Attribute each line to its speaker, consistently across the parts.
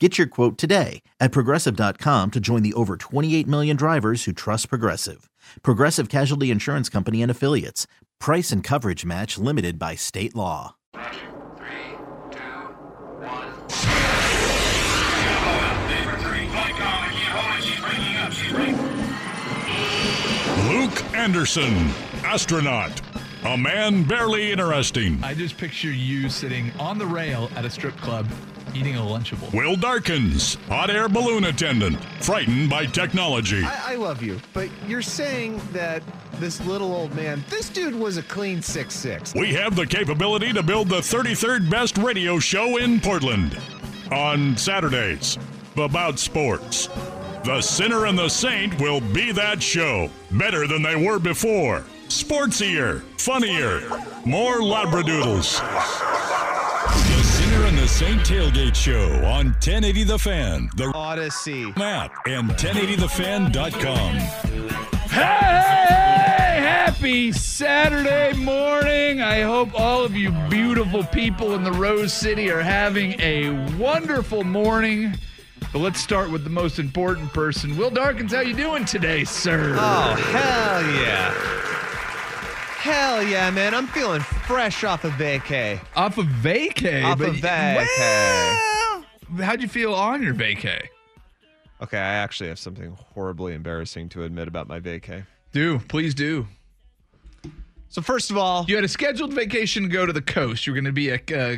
Speaker 1: Get your quote today at progressive.com to join the over 28 million drivers who trust Progressive. Progressive Casualty Insurance Company and Affiliates. Price and coverage match limited by state law.
Speaker 2: Three, two, one. Number three, Mike Conley, can't hold it. She's breaking up. She's breaking.
Speaker 3: Luke Anderson, astronaut, a man barely interesting.
Speaker 4: I just picture you sitting on the rail at a strip club eating a Lunchable.
Speaker 3: Will Darkins, hot air balloon attendant, frightened by technology.
Speaker 5: I, I love you, but you're saying that this little old man, this dude was a clean six six.
Speaker 3: We have the capability to build the 33rd best radio show in Portland on Saturdays about sports. The Sinner and the Saint will be that show, better than they were before. Sportsier, funnier, more labradoodles. The Sinner and the Saint Tailgate Show on 1080 The Fan, the
Speaker 5: Odyssey.
Speaker 3: map, and 1080thefan.com.
Speaker 6: Hey, hey, hey, happy Saturday morning. I hope all of you beautiful people in the Rose City are having a wonderful morning. But let's start with the most important person. Will Darkins, how you doing today, sir?
Speaker 5: Oh hell yeah. Hell yeah, man. I'm feeling fresh off of vacay.
Speaker 6: Off of vacay.
Speaker 5: Off
Speaker 6: but-
Speaker 5: of vacay.
Speaker 6: Well, how'd you feel on your vacay?
Speaker 5: Okay, I actually have something horribly embarrassing to admit about my vacay.
Speaker 6: Do, please do.
Speaker 5: So first of all,
Speaker 6: You had a scheduled vacation to go to the coast. You were going to be a uh,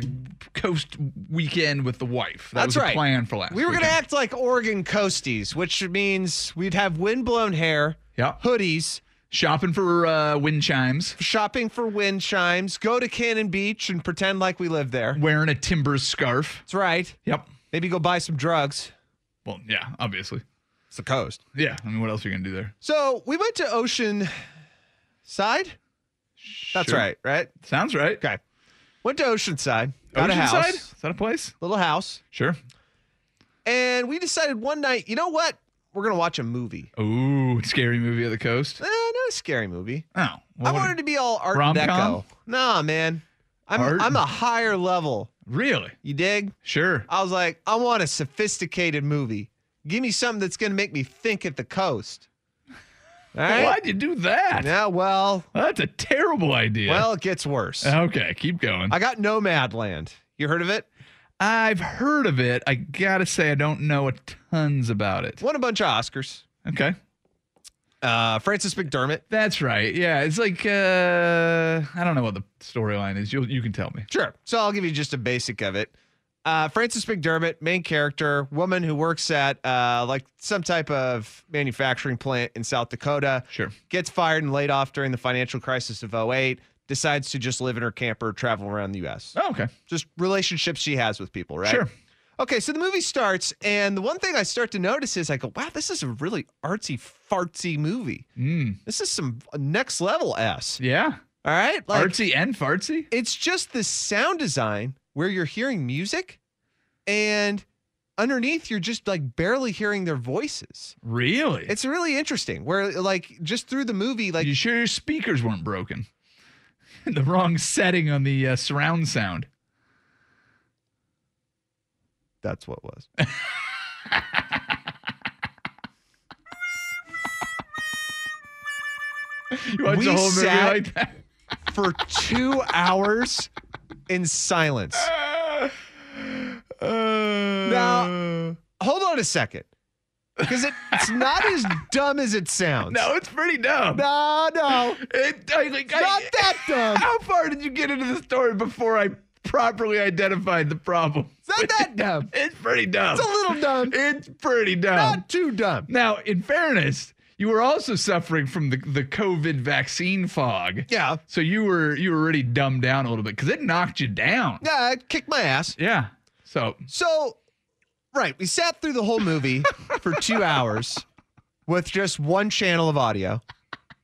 Speaker 6: coast weekend with the wife. That
Speaker 5: that's
Speaker 6: was the
Speaker 5: right.
Speaker 6: plan for last
Speaker 5: We were
Speaker 6: weekend.
Speaker 5: gonna act like Oregon coasties, which means we'd have windblown hair,
Speaker 6: Yeah.
Speaker 5: hoodies,
Speaker 6: Shopping for uh, wind chimes.
Speaker 5: shopping for wind chimes, go to Cannon Beach and pretend like we live there.
Speaker 6: Wearing a Timbers scarf.
Speaker 5: That's right.
Speaker 6: Yep.
Speaker 5: Maybe go buy some drugs.
Speaker 6: Well, yeah, obviously.
Speaker 5: It's the coast.
Speaker 6: Yeah. I mean, what else are you going to do there?
Speaker 5: So we went to Ocean Side. That's
Speaker 6: Sure.
Speaker 5: right, right?
Speaker 6: Sounds right.
Speaker 5: Okay. Went to Oceanside. Got a
Speaker 6: Oceanside?
Speaker 5: house.
Speaker 6: Is that a place?
Speaker 5: Little house.
Speaker 6: Sure.
Speaker 5: And we decided one night, you know what? We're gonna watch a movie.
Speaker 6: Ooh, scary movie of the coast.
Speaker 5: Eh, not a scary movie.
Speaker 6: Oh.
Speaker 5: I wanted to be all art
Speaker 6: Rom-com?
Speaker 5: deco. Nah, man. I'm
Speaker 6: Art?
Speaker 5: I'm a higher level.
Speaker 6: Really?
Speaker 5: You dig?
Speaker 6: Sure.
Speaker 5: I was like, I want a sophisticated movie. Give me something that's gonna make me think at the coast. All right.
Speaker 6: Why'd you do that?
Speaker 5: Yeah, well,
Speaker 6: That's a terrible idea.
Speaker 5: well, it gets worse.
Speaker 6: okay, keep going.
Speaker 5: I got Nomadland. You heard of it?
Speaker 6: I've heard of it. I got to say, I don't know a tons about it.
Speaker 5: Won a bunch of Oscars.
Speaker 6: Okay.
Speaker 5: Uh, Francis McDermott.
Speaker 6: That's right. Yeah. It's like, uh, I don't know what the storyline is. You'll, you can tell me.
Speaker 5: Sure. So I'll give you just a basic of it. Uh, Francis McDermott, main character, woman who works at uh, like some type of manufacturing plant in South Dakota,
Speaker 6: Sure.
Speaker 5: gets fired and laid off during the financial crisis of 08, decides to just live in her camper, travel around the U.S.
Speaker 6: Oh, okay.
Speaker 5: Just relationships she has with people, right?
Speaker 6: Sure.
Speaker 5: Okay, so the movie starts, and the one thing I start to notice is I go, wow, this is a really artsy fartsy movie.
Speaker 6: Mm.
Speaker 5: This is some next level S.
Speaker 6: Yeah.
Speaker 5: All right. Like,
Speaker 6: artsy and fartsy.
Speaker 5: it's just the sound design where you're hearing music and underneath you're just like barely hearing their voices.
Speaker 6: Really?
Speaker 5: It's really interesting where like just through the movie, like
Speaker 6: you sure your speakers weren't broken? the wrong setting on the uh, surround sound.
Speaker 5: that's what was.
Speaker 6: You watch
Speaker 5: We
Speaker 6: the whole movie
Speaker 5: sat-
Speaker 6: like that.
Speaker 5: For two hours in silence.
Speaker 6: Uh,
Speaker 5: Now, hold on on a second. Because it, it's not as dumb as it sounds.
Speaker 6: No, it's pretty dumb.
Speaker 5: no, no.
Speaker 6: It- I- like, I-
Speaker 5: Not that dumb.
Speaker 6: How far did you get into the story before I properly identified the problem?
Speaker 5: It's not that dumb.
Speaker 6: It's pretty dumb.
Speaker 5: It's a little dumb.
Speaker 6: It's pretty dumb.
Speaker 5: Not too dumb.
Speaker 6: now, in fairness, you were also suffering from the, the COVID vaccine fog.
Speaker 5: Yeah.
Speaker 6: So you were you were already dumbed down a little bit because it knocked you down.
Speaker 5: Yeah, it kicked my ass.
Speaker 6: Yeah. So
Speaker 5: So, right, we sat through the whole movie for two hours with just one channel of audio.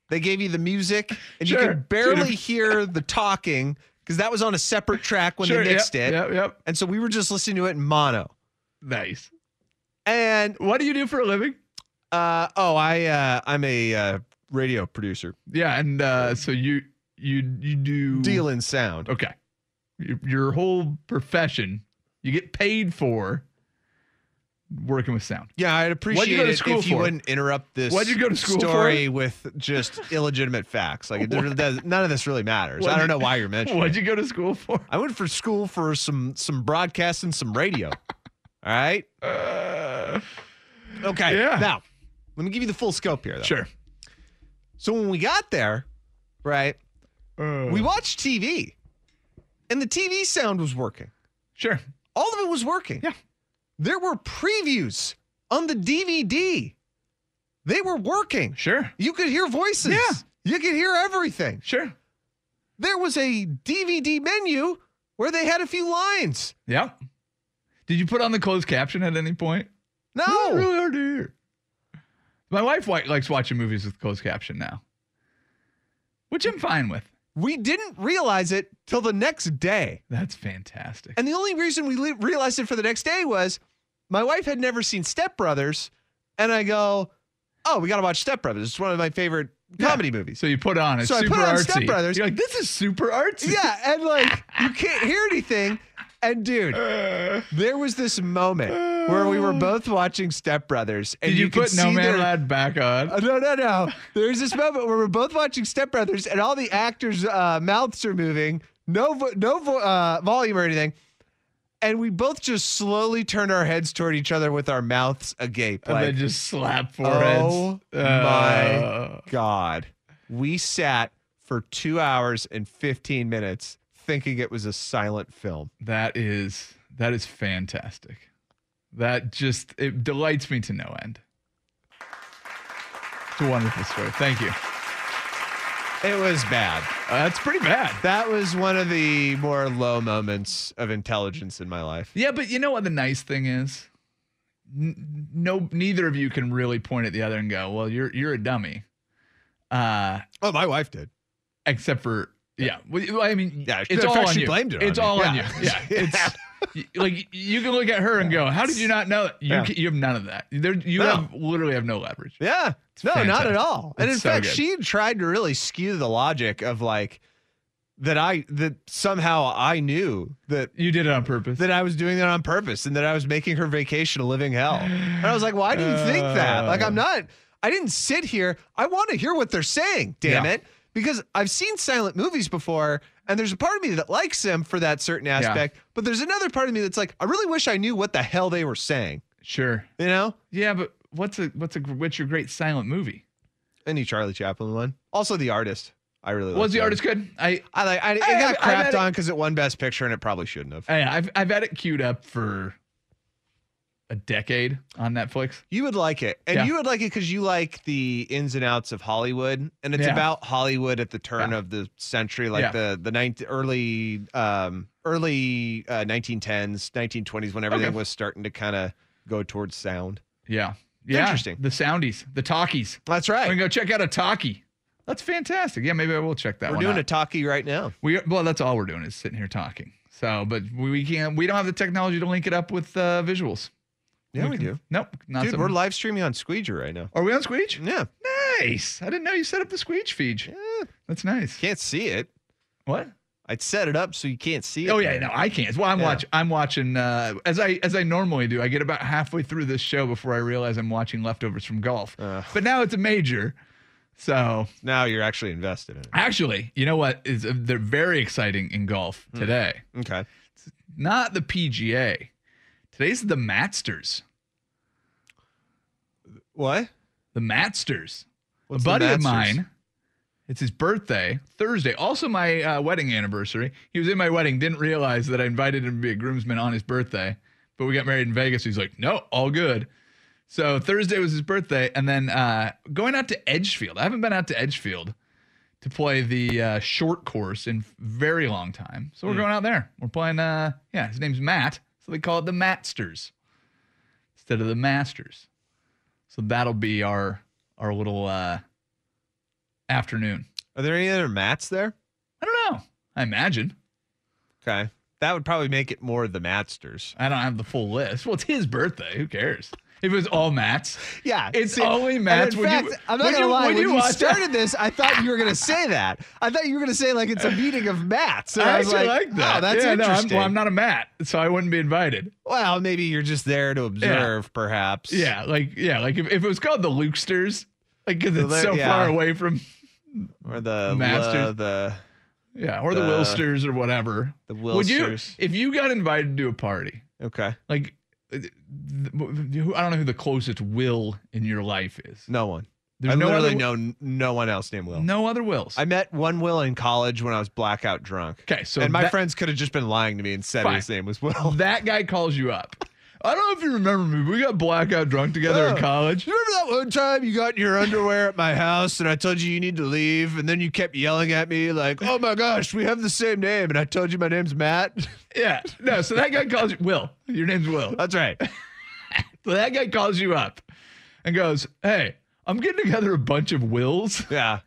Speaker 5: They gave you the music, and you
Speaker 6: Sure.
Speaker 5: could barely hear the talking because that was on a separate track when
Speaker 6: Sure,
Speaker 5: they mixed
Speaker 6: yep,
Speaker 5: it.
Speaker 6: Yep, yep.
Speaker 5: And so we were just listening to it in mono.
Speaker 6: Nice.
Speaker 5: And
Speaker 6: What do you do for a living?
Speaker 5: uh, oh, I uh, I'm a uh, radio producer,
Speaker 6: Yeah, and uh, so you you you do
Speaker 5: deal in sound.
Speaker 6: Okay, your, your whole profession you get paid for working with sound.
Speaker 5: Yeah, I'd appreciate
Speaker 6: you go to
Speaker 5: it
Speaker 6: school
Speaker 5: if you
Speaker 6: for?
Speaker 5: wouldn't interrupt this
Speaker 6: What'd you go to school for?
Speaker 5: story with just illegitimate facts. Like it really does, none of this really matters.
Speaker 6: What'd
Speaker 5: I
Speaker 6: you-
Speaker 5: don't know why you're mentioning. it.
Speaker 6: What'd you go to school for?
Speaker 5: I went for school for some some broadcast and some radio. All right.
Speaker 6: Uh,
Speaker 5: Okay.
Speaker 6: Yeah.
Speaker 5: Now, let me give you the full scope here. Though.
Speaker 6: sure.
Speaker 5: So when we got there, right,
Speaker 6: Uh,
Speaker 5: we watched TV, and the TV sound was working.
Speaker 6: sure.
Speaker 5: All of it was working.
Speaker 6: Yeah.
Speaker 5: There were previews on the DVD. They were working.
Speaker 6: Sure.
Speaker 5: You could hear voices.
Speaker 6: Yeah.
Speaker 5: You could hear everything.
Speaker 6: Sure.
Speaker 5: There was a DVD menu where they had a few lines.
Speaker 6: Yeah. Did you put on the closed caption at any point?
Speaker 5: No.
Speaker 6: It's really hard to hear. My wife wi- likes watching movies with closed caption now, which I'm fine with.
Speaker 5: We didn't realize it till the next day.
Speaker 6: That's fantastic.
Speaker 5: And the only reason we le- realized it for the next day was my wife had never seen Step Brothers. And I go, oh, we got to watch Step Brothers. It's one of my favorite comedy movies.
Speaker 6: So you put on it's
Speaker 5: So I put
Speaker 6: super
Speaker 5: on
Speaker 6: artsy.
Speaker 5: Step Brothers.
Speaker 6: You're like, this is super artsy.
Speaker 5: Yeah. And like, you can't hear anything. And dude,
Speaker 6: Uh,
Speaker 5: there was this moment where we were both watching Step Brothers. And
Speaker 6: did you,
Speaker 5: could
Speaker 6: put No Man
Speaker 5: see their-
Speaker 6: Allowed back on?
Speaker 5: Uh, no, no, no. There's this moment where we're both watching Step Brothers, and all the actors' uh, mouths are moving, no, vo- no vo- uh, volume or anything, and we both just slowly turn our heads toward each other with our mouths agape.
Speaker 6: and then
Speaker 5: Like,
Speaker 6: just slap foreheads.
Speaker 5: Oh
Speaker 6: Uh,
Speaker 5: God, we sat for two hours and fifteen minutes thinking it was a silent film.
Speaker 6: That is that is fantastic. That just it delights me to no end. It's a wonderful story. Thank you.
Speaker 5: It was bad.
Speaker 6: Uh, that's pretty bad.
Speaker 5: That was one of the more low moments of intelligence in my life.
Speaker 6: Yeah, but you know what the nice thing is? N- no, neither of you can really point at the other and go, "Well, you're you're a dummy." Uh,
Speaker 5: Oh, my wife did.
Speaker 6: except for yeah. Well, I mean,
Speaker 5: Yeah,
Speaker 6: it's
Speaker 5: in
Speaker 6: all
Speaker 5: fact,
Speaker 6: on
Speaker 5: she
Speaker 6: you.
Speaker 5: blamed it on
Speaker 6: it's
Speaker 5: me.
Speaker 6: all on you.
Speaker 5: Yeah.
Speaker 6: Yeah, it's y- like you can look at her and go, "How did you not know that?" You
Speaker 5: Yeah.
Speaker 6: ca- you have none of that. There, you
Speaker 5: No.
Speaker 6: have literally have no leverage.
Speaker 5: Yeah. no, not
Speaker 6: fantastic.
Speaker 5: at all. And
Speaker 6: It's
Speaker 5: in
Speaker 6: so
Speaker 5: fact,
Speaker 6: good.
Speaker 5: she tried to really skew the logic of like that I that somehow I knew that
Speaker 6: You did it on purpose.
Speaker 5: that I was doing that on purpose and that I was making her vacation a living hell. And I was like, why do you think that? Like I'm
Speaker 6: Uh.
Speaker 5: not I didn't sit here. I want to hear what they're saying, damn
Speaker 6: Yeah.
Speaker 5: it. Because I've seen silent movies before and there's a part of me that likes them for that certain aspect, but there's another part of me that's like, I really wish I knew what the hell they were saying,
Speaker 6: Sure.
Speaker 5: you know?
Speaker 6: Yeah, but what's a what's a gr- what's your great silent movie?
Speaker 5: Any Charlie Chaplin one. Also the artist. I really
Speaker 6: Was
Speaker 5: liked
Speaker 6: the
Speaker 5: that.
Speaker 6: artist good? I
Speaker 5: I like. I, it
Speaker 6: I-
Speaker 5: got
Speaker 6: I- I've had
Speaker 5: crapped
Speaker 6: it-
Speaker 5: on because it won Best Picture and it probably shouldn't have.
Speaker 6: I- I've I've had it queued up for a decade on Netflix.
Speaker 5: You would like it, and
Speaker 6: Yeah.
Speaker 5: you would like it because you like the ins and outs of Hollywood, and it's
Speaker 6: Yeah.
Speaker 5: about Hollywood at the turn
Speaker 6: Yeah.
Speaker 5: of the century, like
Speaker 6: Yeah.
Speaker 5: the the ninth early um early uh, 1910s, 1920s, when everything
Speaker 6: Okay.
Speaker 5: was starting to kind of go towards sound.
Speaker 6: Yeah. Yeah.
Speaker 5: Interesting.
Speaker 6: The soundies, the talkies.
Speaker 5: That's
Speaker 6: We can
Speaker 5: right.
Speaker 6: go check out a talkie. That's fantastic. Yeah, maybe I will check that
Speaker 5: We're
Speaker 6: one
Speaker 5: doing
Speaker 6: out.
Speaker 5: a talkie right now.
Speaker 6: We are, well, that's all we're doing is sitting here talking. So, but we, we can't. We don't have the technology to link it up with uh, visuals.
Speaker 5: Yeah, we
Speaker 6: can-
Speaker 5: do.
Speaker 6: Nope, not
Speaker 5: Dude,
Speaker 6: something-
Speaker 5: we're live streaming on Squeegee right now.
Speaker 6: Are we on Squeech?
Speaker 5: Yeah,
Speaker 6: Nice. I didn't know you set up the Squeech feed.
Speaker 5: Yeah.
Speaker 6: That's nice.
Speaker 5: can't see it.
Speaker 6: What?
Speaker 5: I'd set it up so you can't see it.
Speaker 6: Oh yeah,
Speaker 5: man.
Speaker 6: no, I can't. Well, I'm
Speaker 5: Yeah.
Speaker 6: watching. I'm watching uh, as I as I normally do. I get about halfway through this show before I realize I'm watching leftovers from golf.
Speaker 5: Uh.
Speaker 6: But now it's a major, so
Speaker 5: Now you're actually invested in it.
Speaker 6: actually, you know what is uh, they're very exciting in golf
Speaker 5: Hmm.
Speaker 6: today.
Speaker 5: Okay.
Speaker 6: Not the PGA. Today's the Masters.
Speaker 5: What?
Speaker 6: The Matsters. a
Speaker 5: What's the
Speaker 6: buddy of
Speaker 5: Matsters?
Speaker 6: mine. It's his birthday, Thursday. Also, my uh, wedding anniversary. He was in my wedding, didn't realize that I invited him to be a groomsman on his birthday. But we got married in Vegas. He's like, no, all good. So Thursday was his birthday, and then uh, going out to Edgefield. I haven't been out to Edgefield to play the uh, short course in very long time. So
Speaker 5: Hmm.
Speaker 6: we're going out there. We're playing. Uh, yeah, his name's Matt, so they call it the Matsters instead of the Masters. So that'll be our our little uh, afternoon.
Speaker 5: Are there any other mats there?
Speaker 6: I don't know. I imagine.
Speaker 5: Okay. That would probably make it more the Matsters.
Speaker 6: I don't have the full list. Well, it's his birthday. Who cares? If it was all Matt's,
Speaker 5: Yeah,
Speaker 6: it's
Speaker 5: see,
Speaker 6: only
Speaker 5: and
Speaker 6: Matt's.
Speaker 5: in
Speaker 6: Would you-
Speaker 5: fact, I'm not
Speaker 6: would
Speaker 5: gonna
Speaker 6: you-
Speaker 5: lie.
Speaker 6: would
Speaker 5: When you,
Speaker 6: watch-
Speaker 5: started this, I thought you were gonna say that. I thought you were gonna say like it's a meeting of Matts. And
Speaker 6: I
Speaker 5: I, was
Speaker 6: actually
Speaker 5: like,
Speaker 6: like, that.
Speaker 5: Oh, that's
Speaker 6: Yeah, no, I'm-
Speaker 5: interesting.
Speaker 6: well, I'm not a Matt, so I wouldn't be invited.
Speaker 5: Well, maybe you're just there to observe, perhaps.
Speaker 6: Yeah, like yeah, like if, if it was called the Lukesters, like 'cause
Speaker 5: The
Speaker 6: it's
Speaker 5: Lu-
Speaker 6: so
Speaker 5: yeah.
Speaker 6: far away from
Speaker 5: Or the
Speaker 6: Masters.
Speaker 5: uh, the
Speaker 6: yeah, or the,
Speaker 5: The-
Speaker 6: Wilsters or whatever.
Speaker 5: the
Speaker 6: Would you
Speaker 5: Wilsters.
Speaker 6: if you got invited to a party?
Speaker 5: Okay.
Speaker 6: like uh, th- who- I don't know who the closest Will in your life is.
Speaker 5: No one.
Speaker 6: There's
Speaker 5: I
Speaker 6: no
Speaker 5: literally
Speaker 6: other,
Speaker 5: know no one else named Will.
Speaker 6: no other Wills.
Speaker 5: I met one Will in college when I was blackout drunk.
Speaker 6: okay, so
Speaker 5: and my
Speaker 6: that,
Speaker 5: friends could have just been lying to me and said
Speaker 6: Fine.
Speaker 5: his name was Will.
Speaker 6: that guy calls you up. I don't know if you remember me. but We got blackout drunk together
Speaker 5: Oh.
Speaker 6: in college.
Speaker 5: You remember that one time you got in your underwear at my house and I told you you need to leave and then you kept yelling at me like, "Oh my gosh, we have the same name." And I told you my name's Matt.
Speaker 6: Yeah, no. So that guy calls you Will. Your name's Will.
Speaker 5: That's right.
Speaker 6: So that guy calls you up and goes, "Hey, I'm getting together a bunch of Wills.
Speaker 5: Yeah.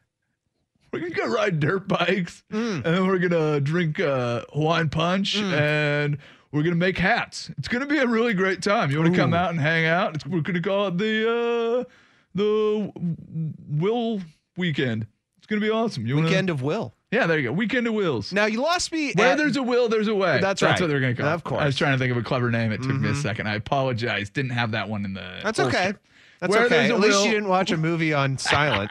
Speaker 6: We're gonna go ride dirt bikes, and
Speaker 5: Mm.
Speaker 6: then we're gonna drink uh, Hawaiian punch, and we're gonna make hats. It's gonna be a really great time. You want to come out and hang out? It's, we're gonna call it the uh, the Will Weekend. It's gonna be awesome. You wanna,
Speaker 5: Weekend of Will.
Speaker 6: Yeah, there you go. Weekend of Wills.
Speaker 5: Now you lost me
Speaker 6: Where
Speaker 5: at-
Speaker 6: there's a will, there's a way.
Speaker 5: That's right.
Speaker 6: what they're gonna call. it.
Speaker 5: Of course. Mm-hmm.
Speaker 6: I was trying to think of a clever name. It took me a second. I apologize. Didn't have that one in the.
Speaker 5: That's
Speaker 6: holster.
Speaker 5: okay. That's
Speaker 6: Where
Speaker 5: okay.
Speaker 6: there's a
Speaker 5: At least
Speaker 6: will-
Speaker 5: you didn't watch a movie on silent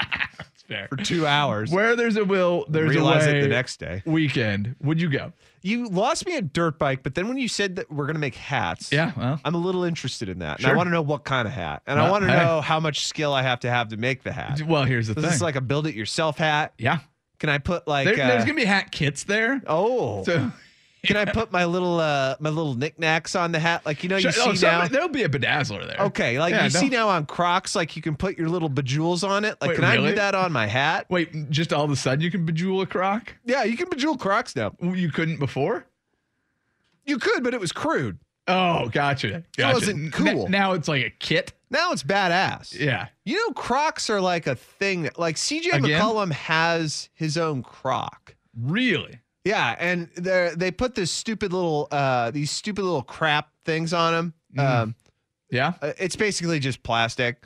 Speaker 6: It's fair.
Speaker 5: for 2 hours.
Speaker 6: Where there's a will, there's
Speaker 5: Realize
Speaker 6: a way.
Speaker 5: it the next day.
Speaker 6: weekend. Would you go?
Speaker 5: You lost me at dirt bike, but then when you said that we're going to make hats.
Speaker 6: Yeah. Well.
Speaker 5: I'm a little interested in that. And I
Speaker 6: Sure.
Speaker 5: want to know what kind of hat. And I
Speaker 6: Well,
Speaker 5: want to
Speaker 6: hey.
Speaker 5: know how much skill I have to have to make the hat.
Speaker 6: Well, here's the
Speaker 5: Is
Speaker 6: thing.
Speaker 5: this like a build it yourself hat?
Speaker 6: yeah,
Speaker 5: Can I put like
Speaker 6: There- there's
Speaker 5: uh,
Speaker 6: gonna be hat kits there.
Speaker 5: Oh.
Speaker 6: So
Speaker 5: can I put my little uh my little knickknacks on the hat? Like you know
Speaker 6: Sure,
Speaker 5: you see
Speaker 6: oh,
Speaker 5: now
Speaker 6: somebody- there'll be a bedazzler there.
Speaker 5: Okay, like
Speaker 6: Yeah,
Speaker 5: you
Speaker 6: no-
Speaker 5: see now on Crocs like you can put your little bejewels on it. Like
Speaker 6: Wait,
Speaker 5: can I
Speaker 6: really?
Speaker 5: do that on my hat?
Speaker 6: Wait, just all of a sudden you can bejewel a croc?
Speaker 5: Yeah, you can bejewel Crocs now.
Speaker 6: You couldn't before?
Speaker 5: You could, but it was crude.
Speaker 6: Oh, gotcha. gotcha.
Speaker 5: wasn't
Speaker 6: N-
Speaker 5: cool.
Speaker 6: now it's like a kit.
Speaker 5: Now it's badass.
Speaker 6: Yeah.
Speaker 5: You know, Crocs are like a thing. that- Like CJ
Speaker 6: Again?
Speaker 5: McCollum has his own Croc.
Speaker 6: Really?
Speaker 5: Yeah, and they they put this stupid little uh these stupid little crap things on them.
Speaker 6: Mm.
Speaker 5: Um,
Speaker 6: Yeah.
Speaker 5: uh, it's basically just plastic,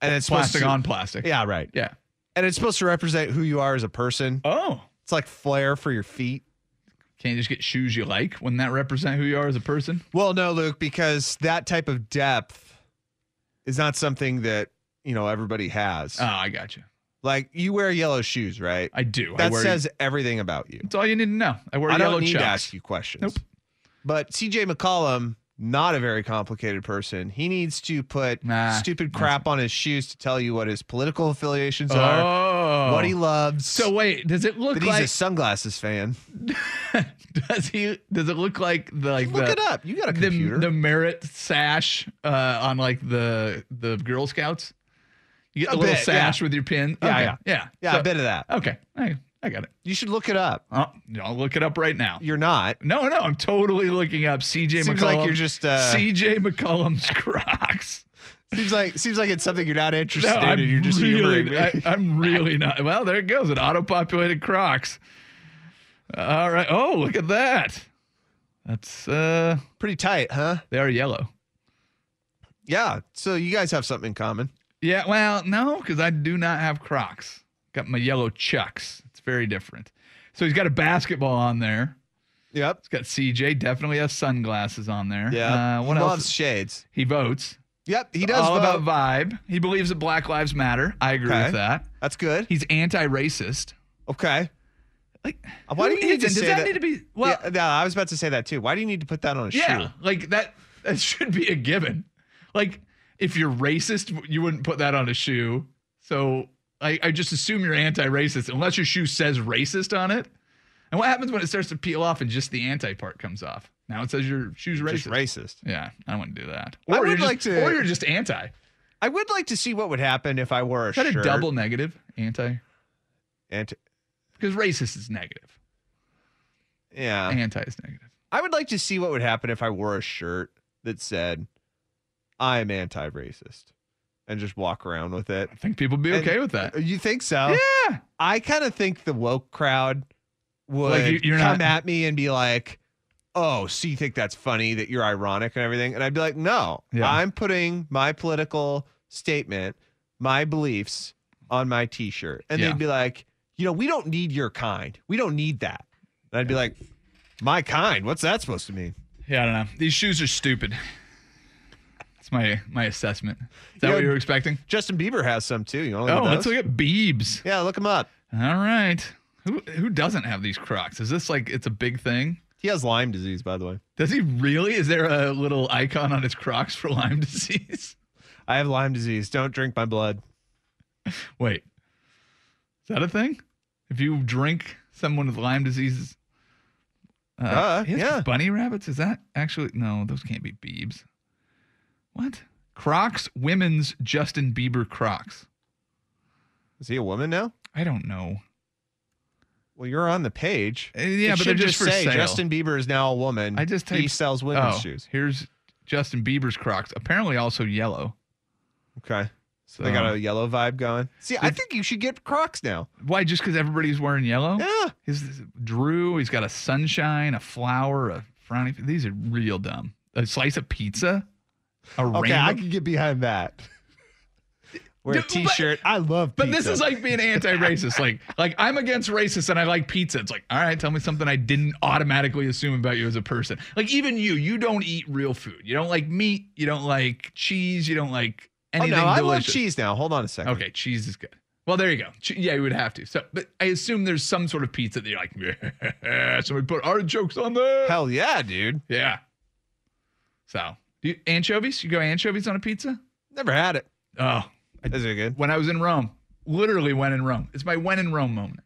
Speaker 5: and it's supposed
Speaker 6: Plastic
Speaker 5: to-
Speaker 6: on plastic.
Speaker 5: Yeah, right.
Speaker 6: Yeah.
Speaker 5: And it's supposed to represent who you are as a person.
Speaker 6: Oh.
Speaker 5: It's like flair for your feet.
Speaker 6: Can't you just get shoes you like? Wouldn't that represent who you are as a person?
Speaker 5: Well, no, Luke, because that type of depth is not something that you know everybody has.
Speaker 6: Oh, I got you.
Speaker 5: like you wear yellow shoes, right?
Speaker 6: I do. I
Speaker 5: that
Speaker 6: wear,
Speaker 5: says everything about you.
Speaker 6: That's all you need to know. I wear
Speaker 5: I
Speaker 6: yellow
Speaker 5: don't need to
Speaker 6: chucks.
Speaker 5: ask you questions.
Speaker 6: Nope.
Speaker 5: But CJ McCollum, not a very complicated person. He needs to put
Speaker 6: Nah,
Speaker 5: stupid
Speaker 6: that's-
Speaker 5: crap on his shoes to tell you what his political affiliations are,
Speaker 6: Oh.
Speaker 5: what he loves.
Speaker 6: so wait, does it look
Speaker 5: that he's
Speaker 6: like
Speaker 5: a sunglasses fan.
Speaker 6: does he does it look like the like
Speaker 5: Look
Speaker 6: the,
Speaker 5: it up. You got a
Speaker 6: the,
Speaker 5: computer.
Speaker 6: the merit sash uh, on like the the Girl Scouts. You get
Speaker 5: A
Speaker 6: the little
Speaker 5: bit,
Speaker 6: sash with your pin.
Speaker 5: Yeah,
Speaker 6: okay.
Speaker 5: yeah.
Speaker 6: yeah,
Speaker 5: yeah,
Speaker 6: So-
Speaker 5: a bit of that.
Speaker 6: Okay, I, I got it.
Speaker 5: You should look it up.
Speaker 6: Oh, I'll look it up right now.
Speaker 5: You're not.
Speaker 6: No, no, I'm totally looking up CJ
Speaker 5: Seems
Speaker 6: McCollum.
Speaker 5: like you're just uh,
Speaker 6: CJ McCollum's Crocs.
Speaker 5: seems like seems like it's something you're not
Speaker 6: No,
Speaker 5: interested in.
Speaker 6: I'm
Speaker 5: and You're just humoring
Speaker 6: really,
Speaker 5: me.
Speaker 6: I, I'm really not. Well, there it goes. An auto-populated Crocs. All right. Oh, look at that. That's uh,
Speaker 5: Pretty tight, huh?
Speaker 6: they are yellow.
Speaker 5: Yeah. So you guys have something in common.
Speaker 6: Yeah, well, no, because I do not have Crocs. Got my yellow Chucks. It's very different. So he's got a basketball on there.
Speaker 5: Yep.
Speaker 6: He's got CJ. Definitely has sunglasses on there.
Speaker 5: Yeah.
Speaker 6: Uh, what
Speaker 5: he
Speaker 6: else?
Speaker 5: Loves shades.
Speaker 6: he votes.
Speaker 5: Yep. He does.
Speaker 6: All
Speaker 5: vote.
Speaker 6: about vibe. He believes that Black Lives Matter. I agree
Speaker 5: Okay.
Speaker 6: with that.
Speaker 5: That's good.
Speaker 6: He's anti-racist.
Speaker 5: Okay. Uh,
Speaker 6: Like,
Speaker 5: Why do
Speaker 6: who
Speaker 5: you need to
Speaker 6: isn't?
Speaker 5: say
Speaker 6: Does that,
Speaker 5: that-
Speaker 6: need to be? Well,
Speaker 5: yeah, no, I was about to say that too. Why do you need to put that on a
Speaker 6: yeah,
Speaker 5: shoe?
Speaker 6: like that. That should be a given. Like, if you're racist, you wouldn't put that on a shoe. So I, I just assume you're anti-racist unless your shoe says racist on it. And what happens when it starts to peel off and just the anti part comes off? Now it says your shoe's
Speaker 5: Just
Speaker 6: racist.
Speaker 5: racist.
Speaker 6: Yeah, I wouldn't do that.
Speaker 7: I would
Speaker 6: you're just-
Speaker 7: like to-
Speaker 6: Or you're just anti. Is
Speaker 5: I would like to see what would happen if I wore a
Speaker 6: that
Speaker 5: shirt.
Speaker 6: a double negative? Anti?
Speaker 5: And
Speaker 6: Because racist is negative.
Speaker 5: yeah,
Speaker 6: Anti is negative.
Speaker 5: I would like to see what would happen if I wore a shirt that said, "I am anti-racist," and just walk around with it.
Speaker 6: I think people would be
Speaker 5: And- uh,
Speaker 6: okay with that.
Speaker 7: You think so?
Speaker 6: Yeah.
Speaker 5: I kind of think the woke crowd would
Speaker 6: Like, you- you're
Speaker 5: come
Speaker 6: not-
Speaker 5: at me and be like, "Oh, so you think that's funny that you're ironic and everything?" And I'd be like, "No,
Speaker 6: Yeah.
Speaker 5: I'm putting my political statement, my beliefs on my T-shirt," and
Speaker 6: Yeah.
Speaker 5: they'd be like, "You know, we don't need your kind. We don't need that." And I'd be like, "My kind? What's that supposed to mean?"
Speaker 6: Yeah, I don't know. These shoes are stupid. That's my my assessment. Is that
Speaker 5: Yeah.
Speaker 6: what you were expecting?
Speaker 5: Justin Bieber has some too. You want to
Speaker 6: Oh,
Speaker 5: look at
Speaker 6: let's
Speaker 5: those?
Speaker 6: look at Beebs.
Speaker 5: yeah, look him up.
Speaker 6: All right. Who who doesn't have these Crocs? Is this like it's a big thing?
Speaker 5: He has Lyme disease, by the way.
Speaker 6: Does he really? Is there a little icon on his Crocs for Lyme disease?
Speaker 5: I have Lyme disease. Don't drink my blood.
Speaker 6: Wait, is that a thing? If you drink someone with Lyme disease, uh,
Speaker 5: Uh,
Speaker 6: he has
Speaker 5: yeah.
Speaker 6: bunny rabbits. Is that actually no? Those can't be Biebs. What? Crocs, women's Justin Bieber Crocs.
Speaker 5: Is he a woman now?
Speaker 6: I don't know.
Speaker 5: Well, you're on the page.
Speaker 6: Uh, yeah,
Speaker 5: It
Speaker 6: but
Speaker 5: should
Speaker 6: they're just, for
Speaker 5: say
Speaker 6: sale.
Speaker 5: Justin Bieber is now a woman.
Speaker 6: I just
Speaker 5: he
Speaker 6: typed-
Speaker 5: sells women's
Speaker 6: oh,
Speaker 5: shoes.
Speaker 6: here's Justin Bieber's Crocs. Apparently, also yellow.
Speaker 5: Okay,
Speaker 6: So
Speaker 5: they got a yellow vibe going. See, I
Speaker 6: It-
Speaker 5: think you should get Crocs now.
Speaker 6: why? Just because everybody's wearing yellow?
Speaker 5: Yeah,
Speaker 6: His Drew, he's got a sunshine, a flower, a frowny. These are real dumb. A slice of pizza, a rainbow.
Speaker 5: okay, I can get behind that. Wear a
Speaker 6: Dude, but-
Speaker 5: T-shirt. I love.
Speaker 6: but this
Speaker 5: pizza.
Speaker 6: is like being anti-racist. like, like I'm against racist and I like pizza. It's like, all right, tell me something I didn't automatically assume about you as a person. Like even you, you don't eat real food. You don't like meat. You don't like cheese. You don't like
Speaker 5: Oh
Speaker 6: anything
Speaker 5: no, I love
Speaker 6: delicious.
Speaker 5: cheese now. Hold on a second.
Speaker 6: Okay, cheese is good. Well, there you go. Che- yeah, you would have to. So, but I assume there's some sort of pizza that you're like, yeah, so we put artichokes on there.
Speaker 5: Hell yeah, dude.
Speaker 6: Yeah. So, do you, anchovies? You go anchovies on a pizza?
Speaker 5: Never had it.
Speaker 6: Oh,
Speaker 5: Is it good?
Speaker 6: when I was in Rome, literally when in Rome. It's my when in Rome moment.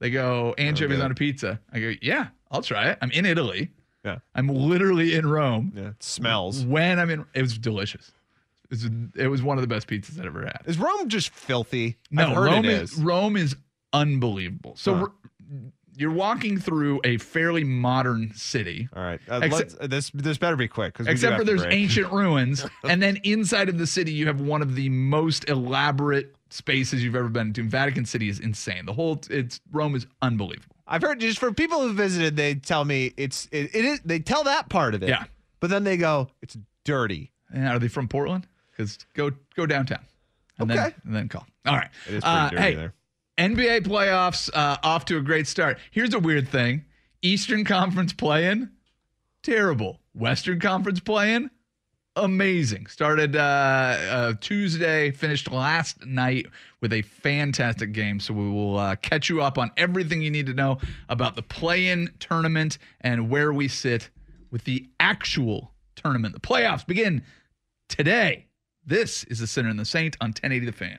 Speaker 6: They go anchovies
Speaker 5: good.
Speaker 6: on a pizza. I go, yeah, I'll try it. I'm in Italy.
Speaker 5: Yeah.
Speaker 6: I'm literally in Rome.
Speaker 5: Yeah, it smells.
Speaker 6: When I'm in, it was delicious. It was, it was one of the best pizzas I've ever had.
Speaker 5: Is Rome just filthy?
Speaker 6: No,
Speaker 5: I've heard
Speaker 6: Rome
Speaker 5: it
Speaker 6: is. Rome is unbelievable. So
Speaker 5: Huh.
Speaker 6: r- you're walking through a fairly modern city.
Speaker 5: All right, uh,
Speaker 6: Except-
Speaker 5: let's- this this better be quick because
Speaker 6: Except for there's
Speaker 5: break.
Speaker 6: ancient ruins, and then inside of the city, you have one of the most elaborate spaces you've ever been to. Vatican City is insane. The whole it's Rome is unbelievable.
Speaker 5: I've heard just for people who visited, they tell me it's it, it is they tell that part of it.
Speaker 6: Yeah.
Speaker 5: But then they go, it's dirty.
Speaker 6: And are they from Portland? Because go go downtown, and then
Speaker 5: Okay.
Speaker 6: and then call. All right.
Speaker 5: It is pretty
Speaker 6: Uh,
Speaker 5: dirty
Speaker 6: hey,
Speaker 5: there.
Speaker 6: NBA playoffs uh, off to a great start. Here's a weird thing: Eastern Conference play-in, terrible. Western Conference play-in, amazing. Started uh, uh, Tuesday, finished last night with a fantastic game. So we will uh, catch you up on everything you need to know about the play-in tournament and where we sit with the actual tournament. The playoffs begin today. This is the Sinner and the Saint on 1080 The Fan.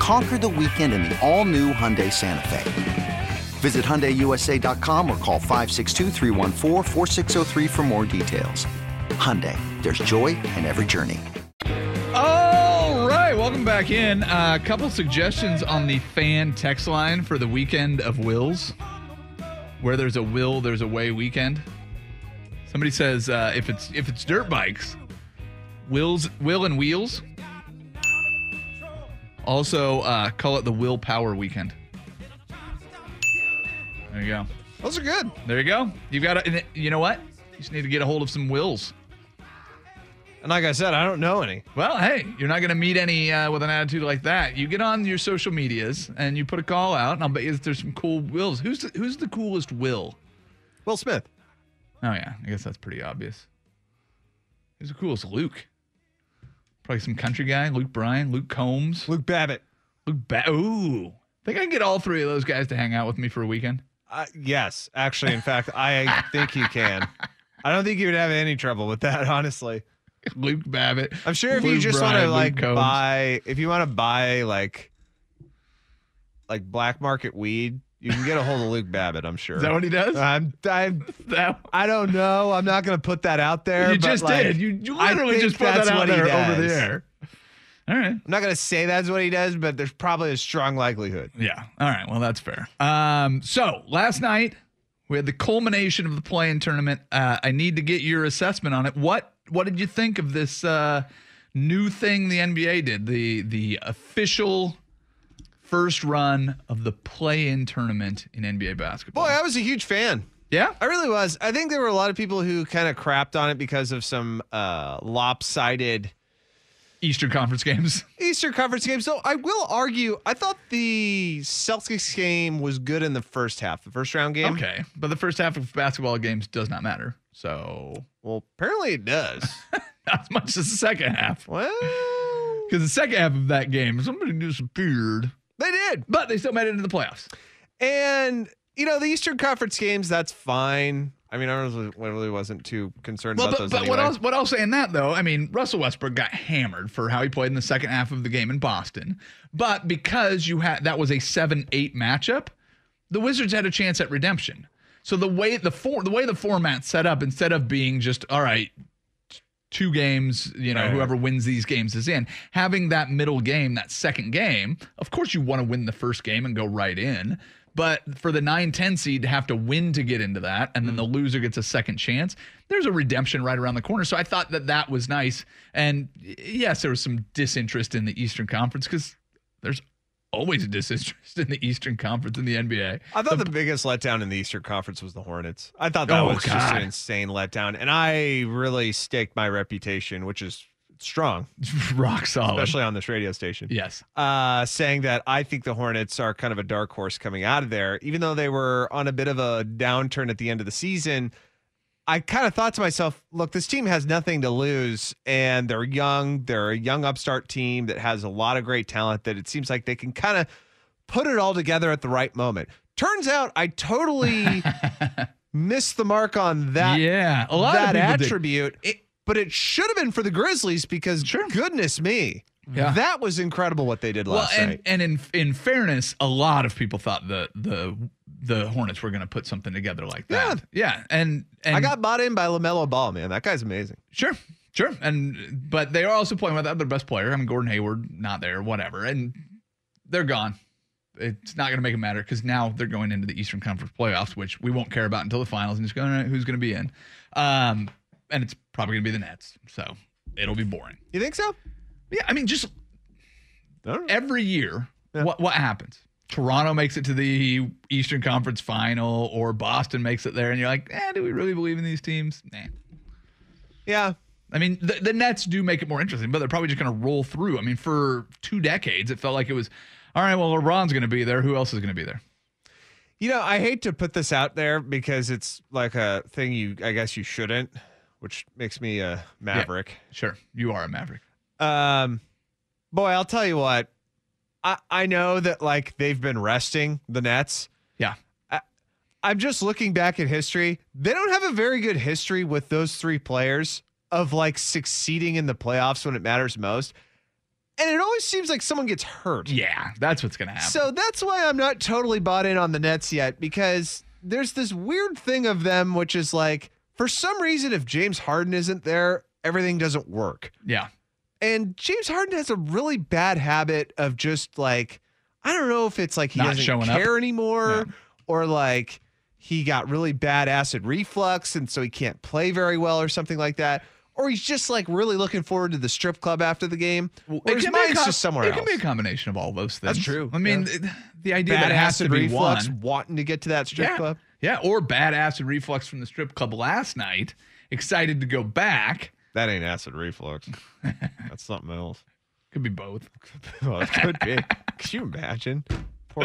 Speaker 8: Conquer the weekend in the all new Hyundai Santa Fe. Visit HyundaiUSA.com or call 562-314-4603 for more details. Hyundai, there's joy in every journey.
Speaker 6: All right, welcome back in. Uh, a couple suggestions on the fan text line for the weekend of wills. Where there's a will, there's a way weekend. Somebody says uh, if it's if it's dirt bikes, wills will and wheels. Also, uh, call it the willpower weekend. There you go.
Speaker 7: Those are good.
Speaker 6: There you go. You've got to. You know what? You just need to get a hold of some wills.
Speaker 5: And like I said, I don't know any.
Speaker 6: Well, hey, you're not going to meet any uh, with an attitude like that. You get on your social medias and you put a call out, and I'll bet you that there's some cool wills. Who's the, who's the coolest will?
Speaker 5: Will Smith.
Speaker 6: Oh yeah, I guess that's pretty obvious. Who's the coolest Luke? Probably some country guy, Luke Bryan, Luke Combs,
Speaker 5: Luke Babbitt.
Speaker 6: Luke Ba. Ooh, think I can get all three of those guys to hang out with me for a weekend.
Speaker 5: Uh, yes, actually, in fact, I think you can. I don't think you would have any trouble with that, honestly.
Speaker 6: Luke Babbitt.
Speaker 5: I'm sure if you
Speaker 6: Luke
Speaker 5: just want
Speaker 6: Bryan,
Speaker 5: to
Speaker 6: Luke
Speaker 5: like
Speaker 6: Combs.
Speaker 5: buy, if you want to buy like, like black market weed, you can get a hold of Luke Babbitt. I'm sure.
Speaker 6: Is that what he does?
Speaker 5: I'm, I'm,
Speaker 6: That-
Speaker 5: I don't know. I'm not going to put that out there.
Speaker 6: you
Speaker 5: but,
Speaker 6: just
Speaker 5: like,
Speaker 6: did. You, you
Speaker 5: I
Speaker 6: literally
Speaker 5: think
Speaker 6: just put that
Speaker 5: that's
Speaker 6: out
Speaker 5: what he
Speaker 6: there over
Speaker 5: does.
Speaker 6: there. All right.
Speaker 5: I'm not going to say that's what he does, but there's probably a strong likelihood.
Speaker 6: Yeah. All right. Well, that's fair. Um, so last night we had the culmination of the playing tournament. Uh, I need to get your assessment on it. What What did you think of this uh, new thing the NBA did? The the official first run of the play-in tournament in NBA basketball.
Speaker 5: Boy, I was a huge fan.
Speaker 6: yeah.
Speaker 5: I really was. I think there were a lot of people who kind of crapped on it because of some uh, lopsided
Speaker 6: Eastern Conference games.
Speaker 5: Eastern Conference games. So I will argue, I thought the Celtics game was good in the first half, the first round game.
Speaker 6: Okay, but the first half of basketball games does not matter. So
Speaker 5: Well, apparently it does.
Speaker 6: not as much as the second half.
Speaker 5: well,
Speaker 6: Because the second half of that game, somebody disappeared.
Speaker 5: they did.
Speaker 6: but they still made it into the playoffs.
Speaker 5: And, you know, the Eastern Conference games, that's fine. I mean, I really, really wasn't too concerned
Speaker 6: Well,
Speaker 5: about
Speaker 6: but,
Speaker 5: those.
Speaker 6: but what
Speaker 5: anyway.
Speaker 6: else? What else saying that though? I mean, Russell Westbrook got hammered for how he played in the second half of the game in Boston, but because you had that was a seven-eight matchup, the Wizards had a chance at redemption. So the way the for, the way the format set up, instead of being just all right, two games, you know,
Speaker 5: Right.
Speaker 6: whoever wins these games is in. Having that middle game, that second game, of course you want to win the first game and go right in. But for the 9 10 seed to have to win to get into that, and then
Speaker 5: Mm.
Speaker 6: the loser gets a second chance, there's a redemption right around the corner. So I thought that that was nice. And y- yes, there was some disinterest in the Eastern Conference because there's always a disinterest in the Eastern Conference in the NBA.
Speaker 5: I thought the, biggest letdown in the Eastern Conference was the Hornets. I thought that
Speaker 6: Oh,
Speaker 5: was just
Speaker 6: God.
Speaker 5: an insane letdown, and I really staked my reputation, which is strong,
Speaker 6: Rock solid.
Speaker 5: especially on this radio station,
Speaker 6: yes.
Speaker 5: uh, saying that I think the Hornets are kind of a dark horse coming out of there, even though they were on a bit of a downturn at the end of the season. I kind of thought to myself, look, this team has nothing to lose, and they're young. They're a young upstart team that has a lot of great talent. That it seems like they can kind of put it all together at the right moment. Turns out I totally missed the mark on that
Speaker 6: yeah. A lot
Speaker 5: that
Speaker 6: of people did.
Speaker 5: attribute. It, but it should have been for the Grizzlies because goodness me.
Speaker 6: Yeah.
Speaker 5: That was incredible what they did
Speaker 6: Well,
Speaker 5: last
Speaker 6: and,
Speaker 5: night.
Speaker 6: and in in fairness, a lot of people thought the the the Hornets were going to put something together like that. Yeah, and and
Speaker 5: I got bought in by LaMelo Ball, man. That guy's amazing.
Speaker 6: sure, sure, and but they are also playing without their best player. I mean, Gordon Hayward not there, whatever, and they're gone. It's not going to make it matter because now they're going into the Eastern Conference playoffs, which we won't care about until the finals, and just going right, who's going to be in, um, and it's probably going to be the Nets, so it'll be boring.
Speaker 5: You think so?
Speaker 6: Yeah, I mean, just
Speaker 5: I don't know.
Speaker 6: every year,
Speaker 5: Yeah.
Speaker 6: what what happens? Toronto makes it to the Eastern Conference Final, or Boston makes it there, and you're like, eh, do we really believe in these teams? Nah.
Speaker 5: Yeah.
Speaker 6: I mean, the, the Nets do make it more interesting, but they're probably just going to roll through. I mean, for two decades, it felt like it was, all right, well, LeBron's going to be there. Who else is going to be there?
Speaker 5: You know, I hate to put this out there because it's like a thing you I guess you shouldn't, which makes me a maverick.
Speaker 6: Sure, you are a Maverick.
Speaker 5: Um boy, I'll tell you what. I I know that like they've been resting the Nets.
Speaker 6: Yeah.
Speaker 5: I'm just looking back at history. They don't have a very good history with those three players of like succeeding in the playoffs when it matters most. And it always seems like someone gets hurt.
Speaker 6: Yeah, that's what's going to happen.
Speaker 5: So that's why I'm not totally bought in on the Nets yet because there's this weird thing of them, which is like, for some reason, if James Harden isn't there, everything doesn't work.
Speaker 6: yeah.
Speaker 5: And James Harden has a really bad habit of just like, I don't know if it's like he
Speaker 6: Not
Speaker 5: doesn't
Speaker 6: showing up.
Speaker 5: care anymore
Speaker 6: Yeah.
Speaker 5: or like he got really bad acid reflux and so he can't play very well or something like that. Or he's just like really looking forward to the strip club after the game.
Speaker 6: It
Speaker 5: Whereas
Speaker 6: can be a
Speaker 5: mine's
Speaker 6: com-
Speaker 5: just somewhere
Speaker 6: It
Speaker 5: else.
Speaker 6: can be a combination of all those things.
Speaker 5: That's true,
Speaker 6: I mean,
Speaker 5: yeah.
Speaker 6: it- the idea
Speaker 5: bad
Speaker 6: that it has to
Speaker 5: acid
Speaker 6: be
Speaker 5: reflux,
Speaker 6: one.
Speaker 5: wanting to get to that strip
Speaker 6: yeah.
Speaker 5: club.
Speaker 6: Yeah, or bad acid reflux from the strip club last night. Excited to go back.
Speaker 5: That ain't acid reflux. That's something else.
Speaker 6: Could be both.
Speaker 5: well, it could be. Could you imagine? Poor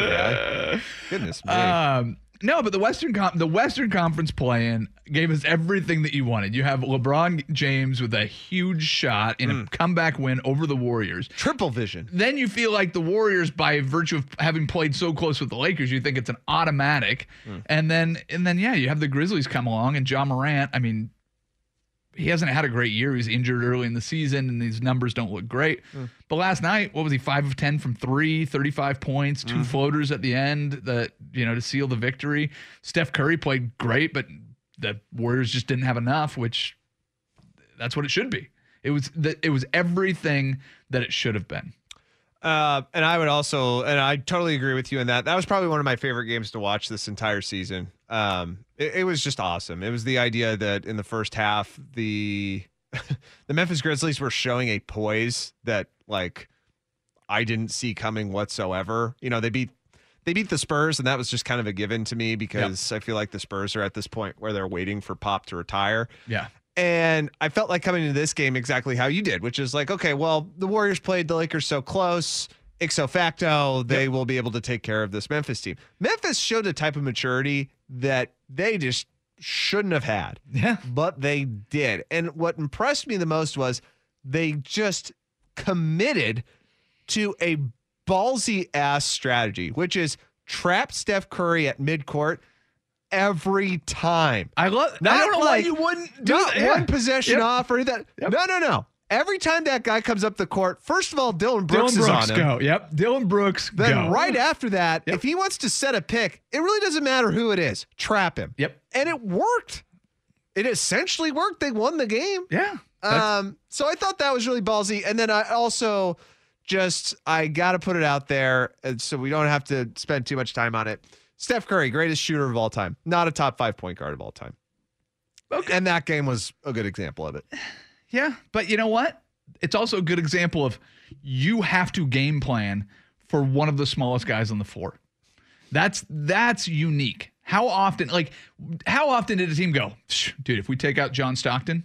Speaker 5: guy. Goodness me.
Speaker 6: Um, no, but the Western Com- the Western Conference play-in gave us everything that you wanted. You have LeBron James with a huge shot in
Speaker 5: Hmm.
Speaker 6: a comeback win over the Warriors.
Speaker 5: Triple vision.
Speaker 6: Then you feel like the Warriors, by virtue of having played so close with the Lakers, you think it's an automatic. And then and then yeah, you have the Grizzlies come along and John Morant. I mean, he hasn't had a great year. He's injured early in the season, and these numbers don't look great. But last night, what was he? Five of ten from three, 35 points, two floaters at the end that you know to seal the victory. Steph Curry played great, but the Warriors just didn't have enough, which that's what it should be. It was the, it was everything that it should have been.
Speaker 5: Uh, and I would also, and I totally agree with you in that. That was probably one of my favorite games to watch this entire season. Um, it, it was just awesome. It was the idea that in the first half, the the Memphis Grizzlies were showing a poise that like I didn't see coming whatsoever. You know, they beat they beat the Spurs, and that was just kind of a given to me because I feel like the Spurs are at this point where they're waiting for Pop to retire.
Speaker 6: Yeah.
Speaker 5: And I felt like coming into this game exactly how you did, which is like, okay, well, the Warriors played the Lakers so close. Ixo facto, they will be able to take care of this Memphis team. Memphis showed a type of maturity that they just shouldn't have had,
Speaker 6: Yeah.
Speaker 5: but they did. And what impressed me the most was they just committed to a ballsy ass strategy, which is trap Steph Curry at midcourt every time.
Speaker 6: I love.
Speaker 5: Not
Speaker 6: I don't know why
Speaker 5: like-
Speaker 6: you wouldn't do
Speaker 5: Not
Speaker 6: that. Yeah.
Speaker 5: one possession
Speaker 6: Yep.
Speaker 5: off or that.
Speaker 6: Yep.
Speaker 5: No, no, no. Every time that guy comes up the court, first of all, Dylan Brooks,
Speaker 6: Dylan Brooks
Speaker 5: is on him.
Speaker 6: go. Yep. Dylan Brooks
Speaker 5: Then
Speaker 6: go.
Speaker 5: right after that,
Speaker 6: Yep.
Speaker 5: if he wants to set a pick, it really doesn't matter who it is. Trap him.
Speaker 6: Yep.
Speaker 5: And it worked. It essentially worked. They won the game.
Speaker 6: Yeah. That's-
Speaker 5: Um, so I thought that was really ballsy. And then I also just I gotta put it out there uh, so we don't have to spend too much time on it. Steph Curry, greatest shooter of all time, not a top five point guard of all time.
Speaker 6: Okay.
Speaker 5: And that game was a good example of it.
Speaker 6: yeah. But you know what? It's also a good example of you have to game plan for one of the smallest guys on the floor. That's that's unique. How often, like, how often did a team go, "Psh, dude? If we take out John Stockton,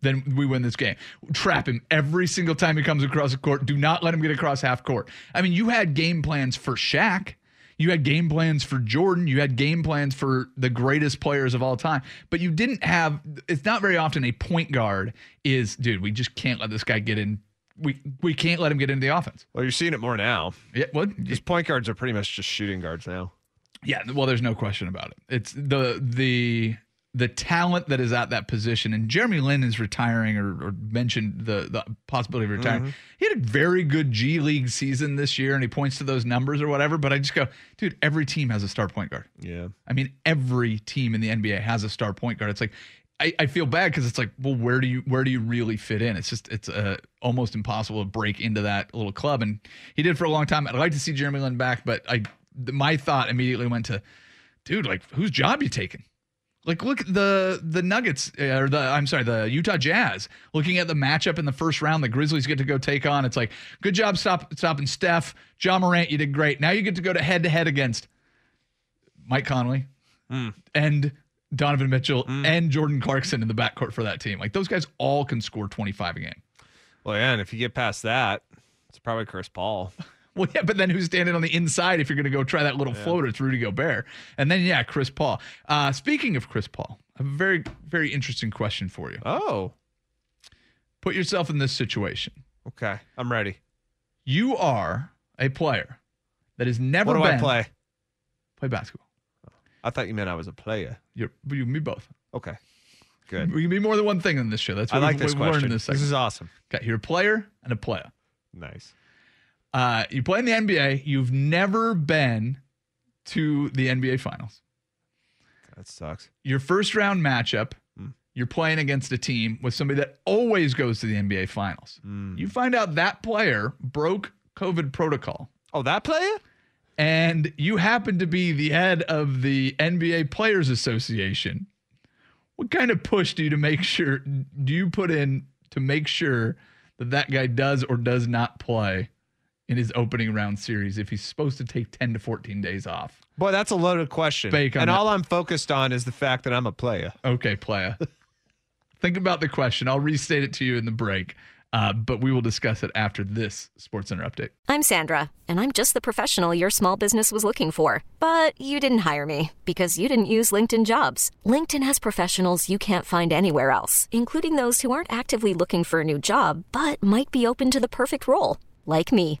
Speaker 6: then we win this game. Trap him every single time he comes across the court. Do not let him get across half court. I mean, you had game plans for Shaq. You had game plans for Jordan. You had game plans for the greatest players of all time. But you didn't have, it's not very often a point guard is, dude, we just can't let this guy get in. We, we can't let him get into the offense.
Speaker 5: Well, you're seeing it more now.
Speaker 6: Yeah, what?
Speaker 5: point guards are pretty much just shooting guards now.
Speaker 6: Yeah, well, there's no question about it. It's the the the talent that is at that position, and Jeremy Lin is retiring or, or mentioned the the possibility of retiring. He had a very good G League season this year, and he points to those numbers or whatever. But I just go, dude, every team has a star point guard.
Speaker 5: Yeah.
Speaker 6: I mean, every team in the NBA has a star point guard. It's like I, I feel bad because it's like, well, where do you where do you really fit in? It's just it's uh, almost impossible to break into that little club, and he did for a long time. I'd like to see Jeremy Lin back, but I th- my thought immediately went to, dude, like whose job you taking? Like look at the the Nuggets uh, or the I'm sorry the Utah Jazz. Looking at the matchup in the first round, the Grizzlies get to go take on. It's like good job stop stopping Steph, John Morant. You did great. Now you get to go to head to head against Mike Conley
Speaker 5: Mm.
Speaker 6: and Donovan Mitchell and Jordan Clarkson in the backcourt for that team. Like those guys all can score 25 a game.
Speaker 5: Well, yeah, and if you get past that, it's probably Chris Paul.
Speaker 6: Well, yeah, but then who's standing on the inside if you're going to go try that little floater through to Gobert? And then, yeah, Chris Paul. Uh, speaking of Chris Paul, a very, very interesting question for you.
Speaker 5: Oh,
Speaker 6: Put yourself in this situation.
Speaker 5: okay. I'm ready.
Speaker 6: You are a player that has never
Speaker 5: What do
Speaker 6: been
Speaker 5: I play?
Speaker 6: play basketball.
Speaker 5: I thought you meant I was a player.
Speaker 6: You're, you, me both.
Speaker 5: Okay. Good.
Speaker 6: We can be more than one thing in this show. That's
Speaker 5: I
Speaker 6: what
Speaker 5: like
Speaker 6: we've,
Speaker 5: this
Speaker 6: we've learned
Speaker 5: question.
Speaker 6: in this
Speaker 5: This,
Speaker 6: segment.
Speaker 5: is awesome.
Speaker 6: okay, you're a player and a player.
Speaker 5: Nice.
Speaker 6: Uh, you play in the NBA. You've never been to the NBA Finals.
Speaker 5: That sucks.
Speaker 6: Your first round matchup,
Speaker 5: Hmm.
Speaker 6: you're playing against a team with somebody that always goes to the NBA Finals. You find out that player broke COVID protocol.
Speaker 5: Oh, that player?
Speaker 6: and you happen to be the head of the NBA Players Association, what kind of push do you to make sure do you put in to make sure that that guy does or does not play in his opening round series if he's supposed to take 10 to 14 days off?
Speaker 5: Boy, that's a loaded question.
Speaker 6: Bake on
Speaker 5: and
Speaker 6: that.
Speaker 5: all I'm focused on is the fact that I'm a player.
Speaker 6: Okay, playa. Think about the question. I'll restate it to you in the break, uh, but we will discuss it after this Sports Center update.
Speaker 9: I'm Sandra, and I'm just the professional your small business was looking for. But you didn't hire me because you didn't use LinkedIn jobs. LinkedIn has professionals you can't find anywhere else, including those who aren't actively looking for a new job but might be open to the perfect role, like me.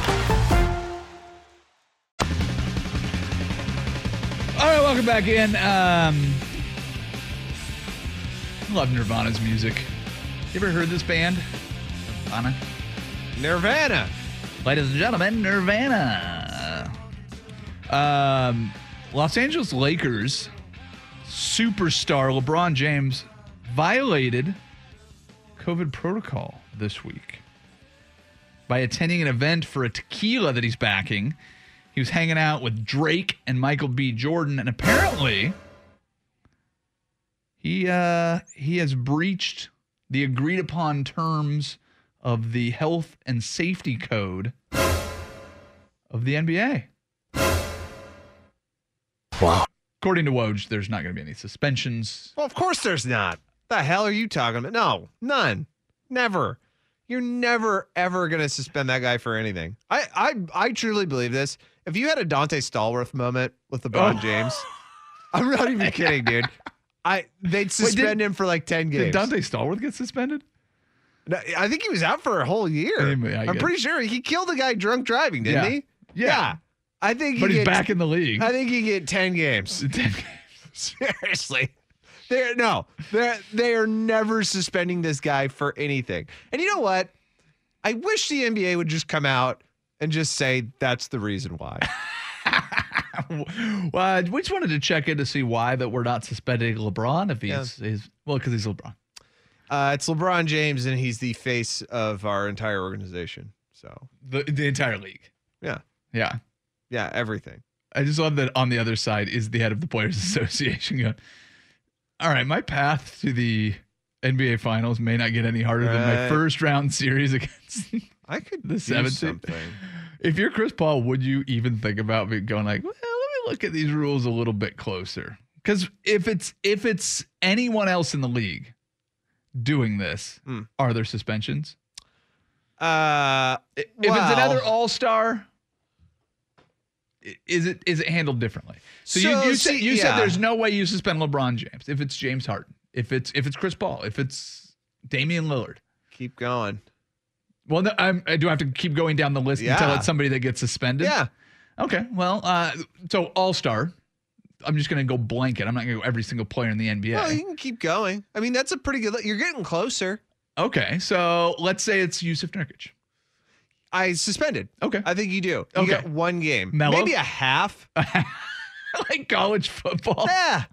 Speaker 6: All right, welcome back in. Um, I love Nirvana's music. You ever heard this band? Nirvana.
Speaker 5: Nirvana.
Speaker 6: Ladies and gentlemen, Nirvana. Um, Los Angeles Lakers superstar LeBron James violated COVID protocol this week by attending an event for a tequila that he's backing. He was hanging out with Drake and Michael B. Jordan, and apparently he uh, he has breached the agreed upon terms of the health and safety code of the NBA.
Speaker 10: Wow.
Speaker 6: According to Woj, there's not going to be any suspensions.
Speaker 5: Well, of course there's not. The hell are you talking about? No, none. Never. You're never ever gonna suspend that guy for anything. I I I truly believe this. If you had a Dante Stallworth moment with LeBron
Speaker 6: Oh.
Speaker 5: James, I'm not even kidding, dude. I they'd suspend him for like ten games.
Speaker 6: Did Dante Stallworth get suspended?
Speaker 5: No, I think he was out for a whole year.
Speaker 6: I mean, I
Speaker 5: I'm
Speaker 6: guess.
Speaker 5: pretty sure he killed a guy drunk driving, didn't
Speaker 6: Yeah.
Speaker 5: he?
Speaker 6: Yeah.
Speaker 5: I think he
Speaker 6: But he's
Speaker 5: get-
Speaker 6: back in the league.
Speaker 5: I think he get ten games. Seriously. They're no, they're they are never suspending this guy for anything. And you know what? I wish the NBA would just come out and just say that's the reason why.
Speaker 6: well, I- we just wanted to check in to see why that we're not suspending LeBron if he's, he's well because he's LeBron.
Speaker 5: Uh, it's LeBron James and he's the face of our entire organization. So
Speaker 6: The the entire league.
Speaker 5: yeah.
Speaker 6: Yeah.
Speaker 5: Yeah, everything.
Speaker 6: I just love that on the other side is the head of the Players Association going, All right, my path to the NBA finals may not get any harder than my
Speaker 5: Right.
Speaker 6: first round series against
Speaker 5: I could
Speaker 6: The
Speaker 5: do
Speaker 6: 17
Speaker 5: something.
Speaker 6: If you're Chris Paul, would you even think about me going like, well, let me look at these rules a little bit closer? Because if it's if it's anyone else in the league doing this,
Speaker 5: Hmm.
Speaker 6: are there suspensions? I-
Speaker 5: Uh,
Speaker 6: If
Speaker 5: Well-
Speaker 6: it's another All Star, is it is it handled differently? So,
Speaker 5: So,
Speaker 6: you you, said,
Speaker 5: see,
Speaker 6: you
Speaker 5: yeah.
Speaker 6: said there's no way you suspend LeBron James if it's James Harden, if it's if it's Chris Paul, if it's Damian Lillard.
Speaker 5: keep going.
Speaker 6: Well, no, I'm, I do have to keep going down the list until
Speaker 5: Yeah.
Speaker 6: it's somebody that gets suspended.
Speaker 5: Yeah.
Speaker 6: Okay. Well, uh, so all star. I'm just going to go blanket. I'm not going to go every single player in the NBA.
Speaker 5: Well, you can keep going. I mean, that's a pretty good. You're getting closer.
Speaker 6: Okay. So let's say it's Yusuf Nurkic.
Speaker 5: I suspended.
Speaker 6: Okay.
Speaker 5: I think you do. You
Speaker 6: Okay.
Speaker 5: get one game,
Speaker 6: Mellow?
Speaker 5: maybe a half.
Speaker 6: like college football.
Speaker 5: yeah,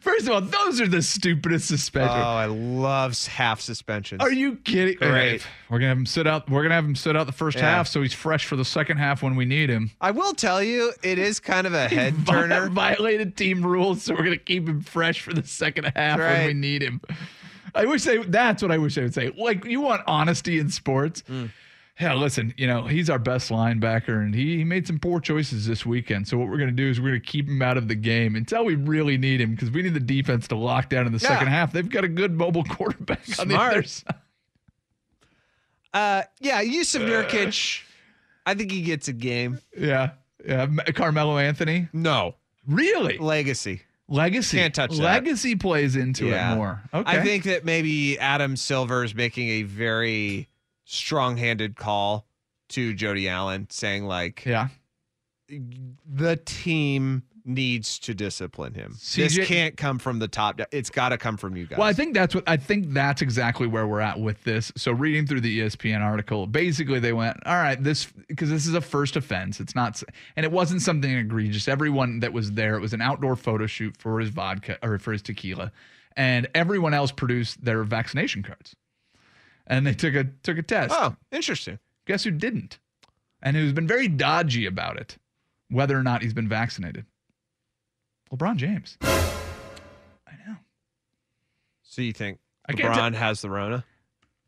Speaker 6: First of all, those are the stupidest suspensions.
Speaker 5: Oh, I love half suspensions.
Speaker 6: Are you kidding?
Speaker 5: Great.
Speaker 6: Right. We're gonna have him sit out. We're gonna have him sit out the first
Speaker 5: Yeah.
Speaker 6: half, so he's fresh for the second half when we need him.
Speaker 5: I will tell you, it is kind of a head
Speaker 6: Vi-
Speaker 5: turner.
Speaker 6: violated team rules, so we're gonna keep him fresh for the second half when we
Speaker 5: right.
Speaker 6: need him. I wish they. That's what I wish they would say. Like you want honesty in sports.
Speaker 5: Hmm.
Speaker 6: Hell, listen, you know he's our best linebacker, and he, he made some poor choices this weekend. So what we're gonna do is we're gonna keep him out of the game until we really need him because we need the defense to lock down in the
Speaker 5: Yeah.
Speaker 6: second half. They've got a good mobile quarterback on the other
Speaker 5: Smart.
Speaker 6: side.
Speaker 5: Uh, yeah, Yusuf Nurkic. I think he gets a game.
Speaker 6: Yeah, yeah. M- Carmelo Anthony,
Speaker 5: No
Speaker 6: really?
Speaker 5: legacy.
Speaker 6: Legacy
Speaker 5: Can't touch that.
Speaker 6: Legacy plays into
Speaker 5: Yeah.
Speaker 6: it more. Okay,
Speaker 5: I think that maybe Adam Silver is making a very strong-handed call to Jody Allen, saying like
Speaker 6: yeah.
Speaker 5: the team needs to discipline him.
Speaker 6: CJ
Speaker 5: This can't come from the top. down. It's got to come from you guys.
Speaker 6: Well, I think that's what I think that's exactly where we're at with this. So reading through the E ESPN article, basically they went, "All right, this because this is a first offense. It's not s- and it wasn't something egregious. Everyone that was there, it was an outdoor photo shoot for his vodka or for his tequila, and everyone else produced their vaccination cards. And they took a took a test.
Speaker 5: oh, interesting.
Speaker 6: Guess who didn't? And who's been very dodgy about it, whether or not he's been vaccinated. LeBron James. I know.
Speaker 5: So you think
Speaker 6: I can't
Speaker 5: LeBron has the Rona?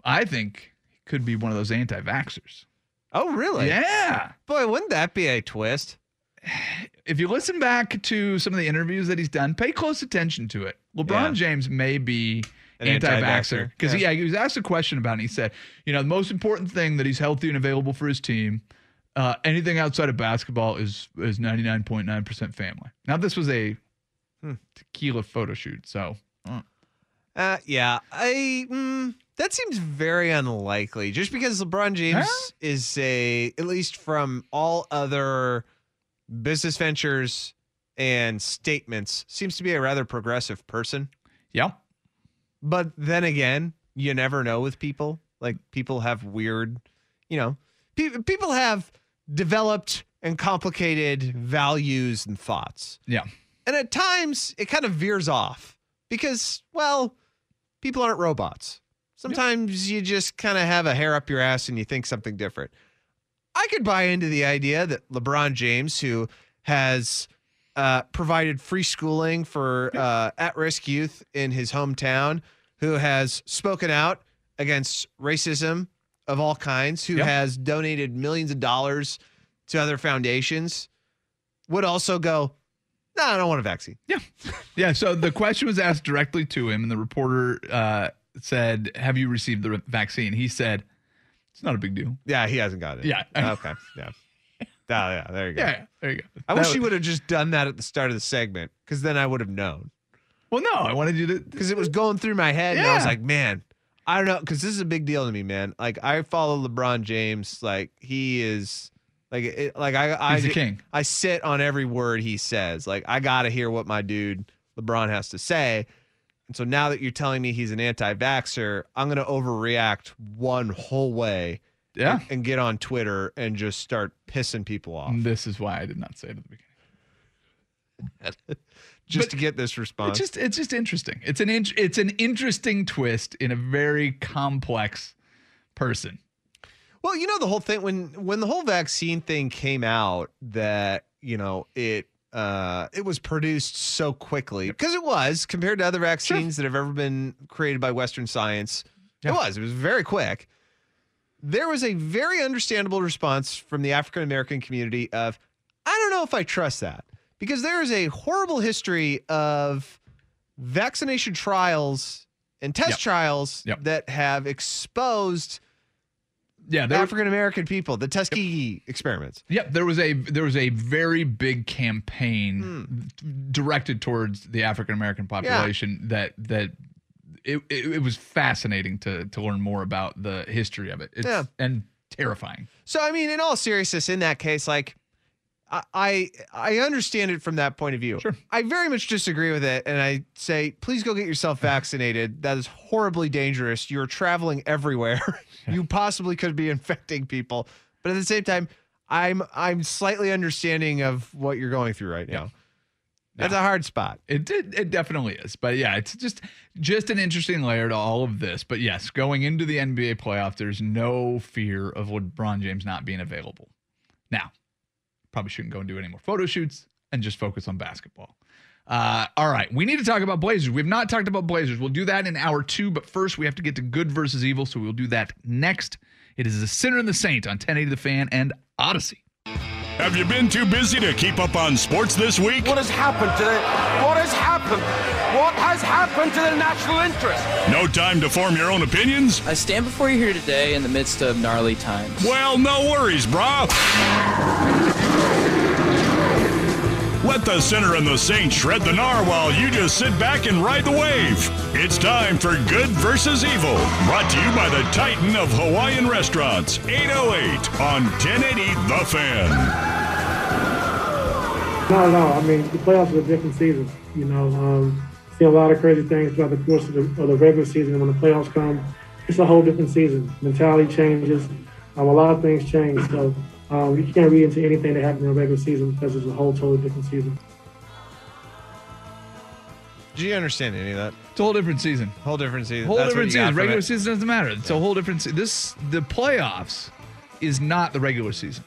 Speaker 6: I think he could be one of those anti vaxxers.
Speaker 5: Oh, really?
Speaker 6: yeah.
Speaker 5: Boy, wouldn't that be a twist?
Speaker 6: If you listen back to some of the interviews that he's done, pay close attention to it. LeBron
Speaker 5: Yeah.
Speaker 6: James may be
Speaker 5: An
Speaker 6: anti
Speaker 5: anti-vaxxer,
Speaker 6: vaxxer. Because,
Speaker 5: yeah.
Speaker 6: yeah. he was asked a question about it. And he said, you know, the most important thing that he's healthy and available for his team. Uh, anything outside of basketball is is 99.9% family. Now, this was a
Speaker 5: Hmm.
Speaker 6: tequila photo shoot. So,
Speaker 5: Uh, yeah, I. Mm, that seems very unlikely. Just because LeBron James
Speaker 6: Huh?
Speaker 5: is a, at least from all other business ventures and statements, seems to be a rather progressive person.
Speaker 6: yeah.
Speaker 5: But then again, you never know with people. Like people have weird, you know, pe- people have developed and complicated values and thoughts.
Speaker 6: Yeah.
Speaker 5: And at times it kind of veers off because, well, people aren't robots. Sometimes you just kind of have a hair up your ass and you think something different. I could buy into the idea that LeBron James, who has uh, provided free schooling for uh, at risk youth in his hometown, who has spoken out against racism of all kinds, who
Speaker 6: Yep.
Speaker 5: has donated millions of dollars to other foundations, would also go, No, I don't want a vaccine.
Speaker 6: Yeah. So the question was asked directly to him, and the reporter uh, said, "Have you received the re- vaccine?" He said, "It's not a big deal."
Speaker 5: Yeah, he hasn't got it.
Speaker 6: Yeah.
Speaker 5: okay. Yeah. Ah, yeah. There you go.
Speaker 6: Yeah. there you go.
Speaker 5: I
Speaker 6: That
Speaker 5: wish
Speaker 6: was-
Speaker 5: you would have just done that at the start of the segment because then I would have known.
Speaker 6: Well, no, I wanted you to.
Speaker 5: because it was going through my head and I was
Speaker 6: Yeah.
Speaker 5: like, man, I don't know, because this is a big deal to me, man. Like I follow LeBron James, like he is, like it, like I
Speaker 6: He's
Speaker 5: I
Speaker 6: the king.
Speaker 5: I sit on every word he says. Like I gotta hear what my dude LeBron has to say. And so now that you're telling me he's an anti-vaxxer, I'm gonna overreact one whole way
Speaker 6: Yeah.
Speaker 5: and, and get on Twitter and just start pissing people off
Speaker 6: And this is why I did not say it at the beginning.
Speaker 5: just
Speaker 6: but-
Speaker 5: to get this response.
Speaker 6: It's just, it's just interesting. It's an, in, it's an interesting twist in a very complex person.
Speaker 5: Well, you know the whole thing when when the whole vaccine thing came out that you know it uh it was produced so quickly because it was compared to other vaccines that have ever been created by Western science. It was. It was very quick. There was a very understandable response from the African American community of, I don't know if I trust that because there is a horrible history of vaccination trials and test
Speaker 6: Yep.
Speaker 5: trials
Speaker 6: Yep.
Speaker 5: that have exposed
Speaker 6: Yeah. There,
Speaker 5: African American people, the Tuskegee experiments.
Speaker 6: Yep, there was a there was a very big campaign directed towards the African American population that that it, it, it was fascinating to to learn more about the history of it. It's,
Speaker 5: Yeah.
Speaker 6: and terrifying.
Speaker 5: So I mean, in all seriousness, in that case, like I I, I understand it from that point of view.
Speaker 6: Sure.
Speaker 5: I very much disagree with it, and I say, please go get yourself vaccinated. That is horribly dangerous. You're traveling everywhere. you possibly could be infecting people. But at the same time, I'm I'm slightly understanding of what you're going through right now. That's a hard spot.
Speaker 6: It did. It definitely is. But yeah, it's just just an interesting layer to all of this. But yes, going into the NBA playoff, there's no fear of LeBron James not being available. Now, probably shouldn't go and do any more photo shoots and just focus on basketball. Uh, all right, we need to talk about Blazers. We've not talked about Blazers. We'll do that in hour two, but first we have to get to good versus evil, so we'll do that next. It is the sinner and the saint on 1080 The Fan and Odyssey.
Speaker 3: Have you been too busy to keep up on sports this week? What has happened to the What has happened? What has happened to the national interest? No time to form your own opinions?
Speaker 11: I stand before you here today in the midst of gnarly times.
Speaker 3: Well, no worries, brah. Let the sinner and the saint shred the gnar while you just sit back and ride the wave. It's time for Good versus Evil, brought to you by the Titan of Hawaiian Restaurants, 808 on 1080 The Fan.
Speaker 2: Not at all. I mean, the playoffs are a different season. You know, um, see a lot of crazy things throughout the course of the, of the regular season. When the playoffs come, it's a whole different season. Mentality changes. Um, a lot of things change. So um, you can't read into anything that happened in the regular season because it's a whole totally different season.
Speaker 5: Do you understand any of that?
Speaker 6: It's a whole different season.
Speaker 5: Whole different season.
Speaker 6: Whole
Speaker 5: That's what
Speaker 6: different
Speaker 5: you got
Speaker 6: season.
Speaker 5: from
Speaker 6: Regular
Speaker 5: it.
Speaker 6: season doesn't matter. It's a whole different. Se- this the playoffs is not the regular season.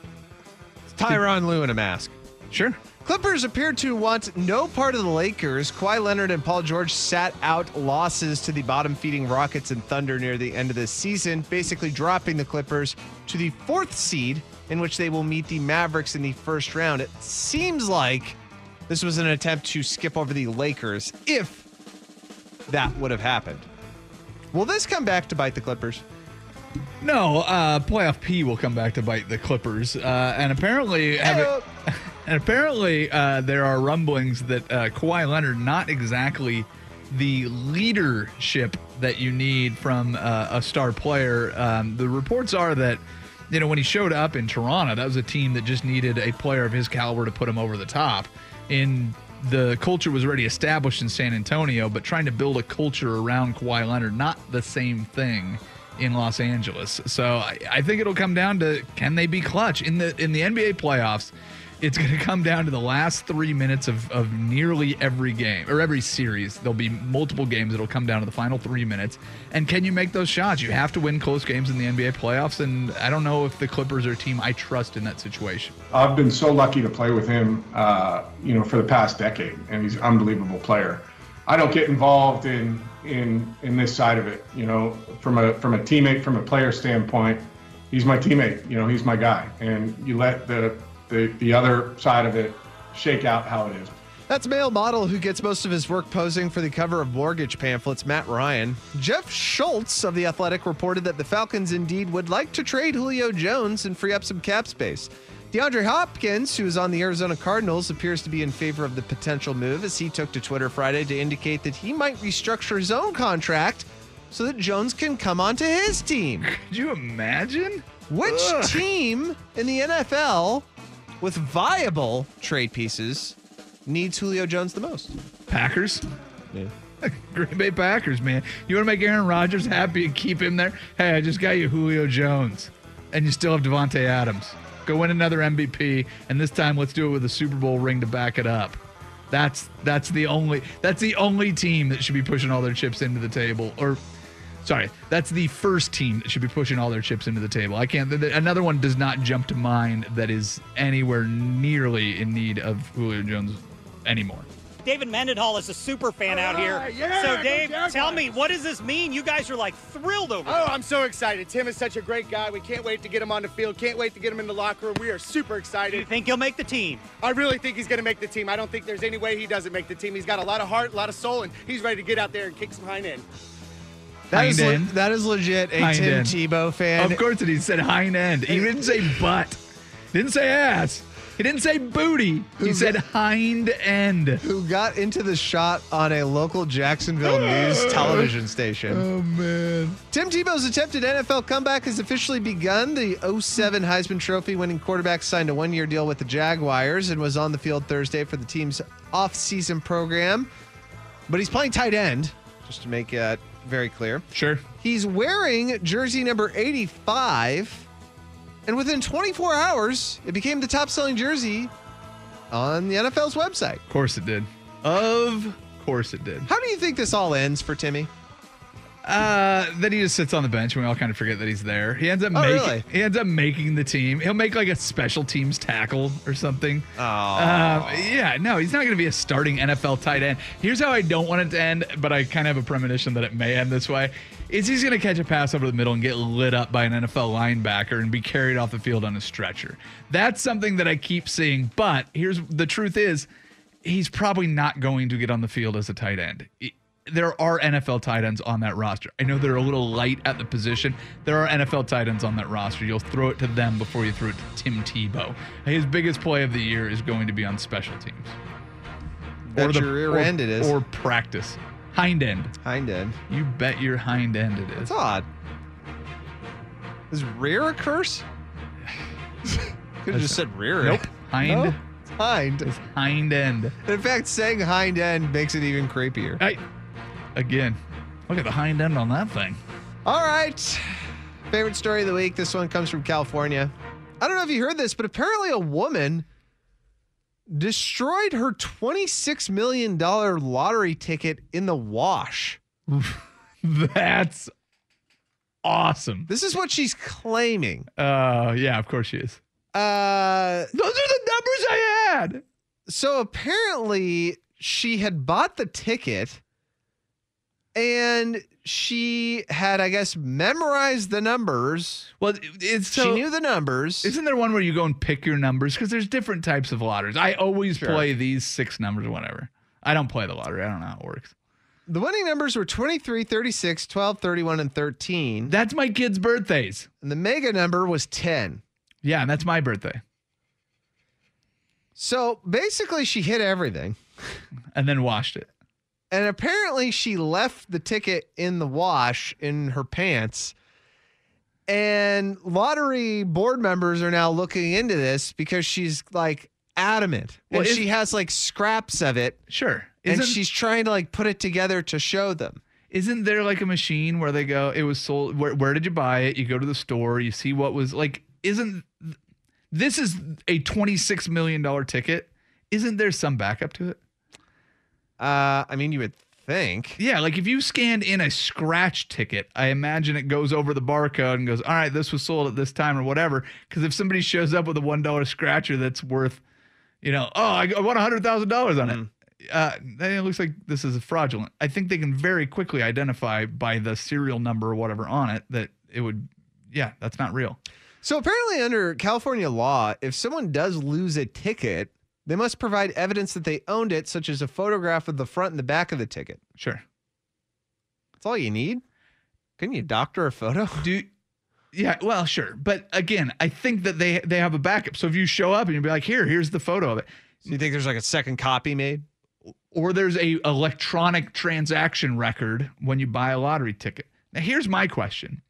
Speaker 5: It's Tyron Lue in a mask.
Speaker 6: Sure.
Speaker 5: Clippers appear to want no part of the Lakers. Kawhi Leonard and Paul George sat out losses to the bottom feeding Rockets and Thunder near the end of the season, basically dropping the Clippers to the fourth seed, in which they will meet the Mavericks in the first round. It seems like this was an attempt to skip over the Lakers if that would have happened. Will this come back to bite the Clippers?
Speaker 6: No, uh, playoff P will come back to bite the Clippers, uh, and apparently, have
Speaker 5: uh,
Speaker 6: and apparently, uh, there are rumblings that uh, Kawhi Leonard not exactly the leadership that you need from uh, a star player. Um, the reports are that you know when he showed up in Toronto, that was a team that just needed a player of his caliber to put him over the top. In the culture was already established in San Antonio, but trying to build a culture around Kawhi Leonard, not the same thing in Los Angeles. So I, I think it'll come down to can they be clutch in the in the NBA playoffs. It's going to come down to the last three minutes of, of nearly every game or every series. There'll be multiple games that'll come down to the final three minutes. And can you make those shots? You have to win close games in the NBA playoffs. And I don't know if the Clippers are a team I trust in that situation.
Speaker 12: I've been so lucky to play with him, uh, you know, for the past decade, and he's an unbelievable player. I don't get involved in in in this side of it, you know, from a from a teammate, from a player standpoint. He's my teammate, you know, he's my guy, and you let the the, the other side of it shake out how it is.
Speaker 5: That's male model who gets most of his work posing for the cover of mortgage pamphlets, Matt Ryan. Jeff Schultz of The Athletic reported that the Falcons indeed would like to trade Julio Jones and free up some cap space. DeAndre Hopkins, who is on the Arizona Cardinals, appears to be in favor of the potential move as he took to Twitter Friday to indicate that he might restructure his own contract so that Jones can come onto his team.
Speaker 6: Could you imagine?
Speaker 5: Which
Speaker 6: Ugh.
Speaker 5: team in the NFL with viable trade pieces needs Julio Jones the most?
Speaker 6: Packers. Green Bay Packers, man. You want to make Aaron Rodgers happy and keep him there? Hey, I just got you Julio Jones, and you still have Devonte Adams. Go win another MVP, and this time let's do it with a Super Bowl ring to back it up. That's that's the only that's the only team that should be pushing all their chips into the table. Or, sorry, that's the first team that should be pushing all their chips into the table. I can't. th- th- Another one does not jump to mind that is anywhere nearly in need of Julio Jones anymore.
Speaker 13: David Mendenhall is a super fan out here.
Speaker 14: yeah,
Speaker 13: so,
Speaker 14: go
Speaker 13: Dave,
Speaker 14: Jaguars.
Speaker 13: tell me, what does this mean? You guys are like thrilled over
Speaker 14: Oh, I'm so excited. Tim is such a great guy. We can't wait to get him on the field. Can't wait to get him in the locker room. We are super excited. You think he'll make the team? I really think he's going to make the team. I don't think there's any way he doesn't make the team. He's got a lot of heart, a lot of soul, and he's ready to get out there and kick some hind end.
Speaker 5: That is, le-
Speaker 6: Hind
Speaker 5: that is legit a
Speaker 6: Hind
Speaker 5: Tim
Speaker 6: end.
Speaker 5: Tebow fan.
Speaker 6: Of course, it is. He said hind end. He didn't say butt. Didn't say ass. He didn't say booty. He said hind end.
Speaker 5: Who got into the shot on a local Jacksonville news television station?
Speaker 6: Oh man.
Speaker 5: Tim Tebow's attempted NFL comeback has officially begun. The 07 Heisman Trophy winning quarterback signed a one year deal with the Jaguars and was on the field Thursday for the team's offseason program. But he's playing tight end, just to make that very clear.
Speaker 6: Sure.
Speaker 5: He's wearing jersey number 85. And within 24 hours, it became the top selling jersey
Speaker 7: on the NFL's website. Of
Speaker 6: course it did. Of course it did.
Speaker 7: How do you think this all ends for Timmy?
Speaker 6: Uh, then he just sits on the bench, and we all kind of forget that he's there. He ends up
Speaker 7: Oh,
Speaker 6: making
Speaker 7: really?
Speaker 6: he ends up making the team. He'll make like a special teams tackle or something. Oh, yeah, no, he's not going to be a starting NFL tight end. Here's how I don't want it to end, but I kind of have a premonition that it may end this way. Is he's going to catch a pass over the middle and get lit up by an NFL linebacker and be carried off the field on a stretcher? That's something that I keep seeing. But here's the truth: is he's probably not going to get on the field as a tight end. It- There are NFL tight ends on that roster. I know they're a little light at the position. There are NFL tight ends on that roster. You'll throw it to them before you throw it to Tim Tebow. His biggest play of the year is going to be on special teams.
Speaker 5: Bet your rear
Speaker 6: or-
Speaker 5: end it is.
Speaker 6: Or practice. Hind end.
Speaker 5: Hind end.
Speaker 6: You bet your hind end it is. That's
Speaker 5: odd. Is rear a curse?
Speaker 7: Could have just said
Speaker 5: rear.
Speaker 6: Nope. Hind.
Speaker 7: No? It's hind. It's
Speaker 6: hind end.
Speaker 7: In fact, saying hind end makes it even creepier.
Speaker 6: I, again, look at the hind end on that thing.
Speaker 7: All right. Favorite story of the week. This one comes from California. I don't know if you heard this, but apparently a woman destroyed her $26 million lottery ticket in the wash.
Speaker 6: That's awesome.
Speaker 7: This is what she's claiming.
Speaker 6: Uh, yeah, of course she is.
Speaker 7: Uh,
Speaker 6: Those are the numbers I had.
Speaker 7: So apparently, she had bought the ticket and she had, I guess, memorized the numbers.
Speaker 6: Well, it's
Speaker 7: she
Speaker 6: so-
Speaker 7: knew the numbers.
Speaker 6: Isn't there one where you go and pick your numbers? Because there's different types of lotteries. I always
Speaker 7: Sure.
Speaker 6: play these six numbers or whatever. I don't play the lottery. I don't know how it works.
Speaker 7: The winning numbers were 23, 36, 12, 31, and 13.
Speaker 6: That's my kids' birthdays.
Speaker 7: And the mega number was 10.
Speaker 6: Yeah, and that's my birthday.
Speaker 7: So basically, she hit everything.
Speaker 6: And then washed it.
Speaker 7: And apparently, she left the ticket in the wash in her pants. And lottery board members are now looking into this because she's like adamant.
Speaker 6: Well,
Speaker 7: and
Speaker 6: is-
Speaker 7: she has like scraps of it.
Speaker 6: Sure.
Speaker 7: And
Speaker 6: Isn't-
Speaker 7: she's trying to like put it together to show them.
Speaker 6: Isn't there like a machine where they go, it was sold, where, where did you buy it? You go to the store, you see what was like, isn't this is a $26 million ticket? Isn't there some backup to it?
Speaker 7: Uh, I mean, you would think.
Speaker 6: Yeah, like if you scanned in a scratch ticket, I imagine it goes over the barcode and goes, all right, this was sold at this time or whatever. Because if somebody shows up with a $1 scratcher that's worth, you know, oh, I got- I won $100,000 on it. Uh, then it looks like this is fraudulent. I think they can very quickly identify by the serial number or whatever on it that it would, yeah, that's not real.
Speaker 7: So apparently, under California law, if someone does lose a ticket, they must provide evidence that they owned it, such as a photograph of the front and the back of the ticket.
Speaker 6: Sure.
Speaker 7: That's all you need. Couldn't you doctor a photo?
Speaker 6: Do yeah, well, sure, but again, I think that they they have a backup. So if you show up and you be like, here, here's the photo of it.
Speaker 7: So you think there's like a second copy made,
Speaker 6: or there's a electronic transaction record when you buy a lottery ticket. Now, here's my question: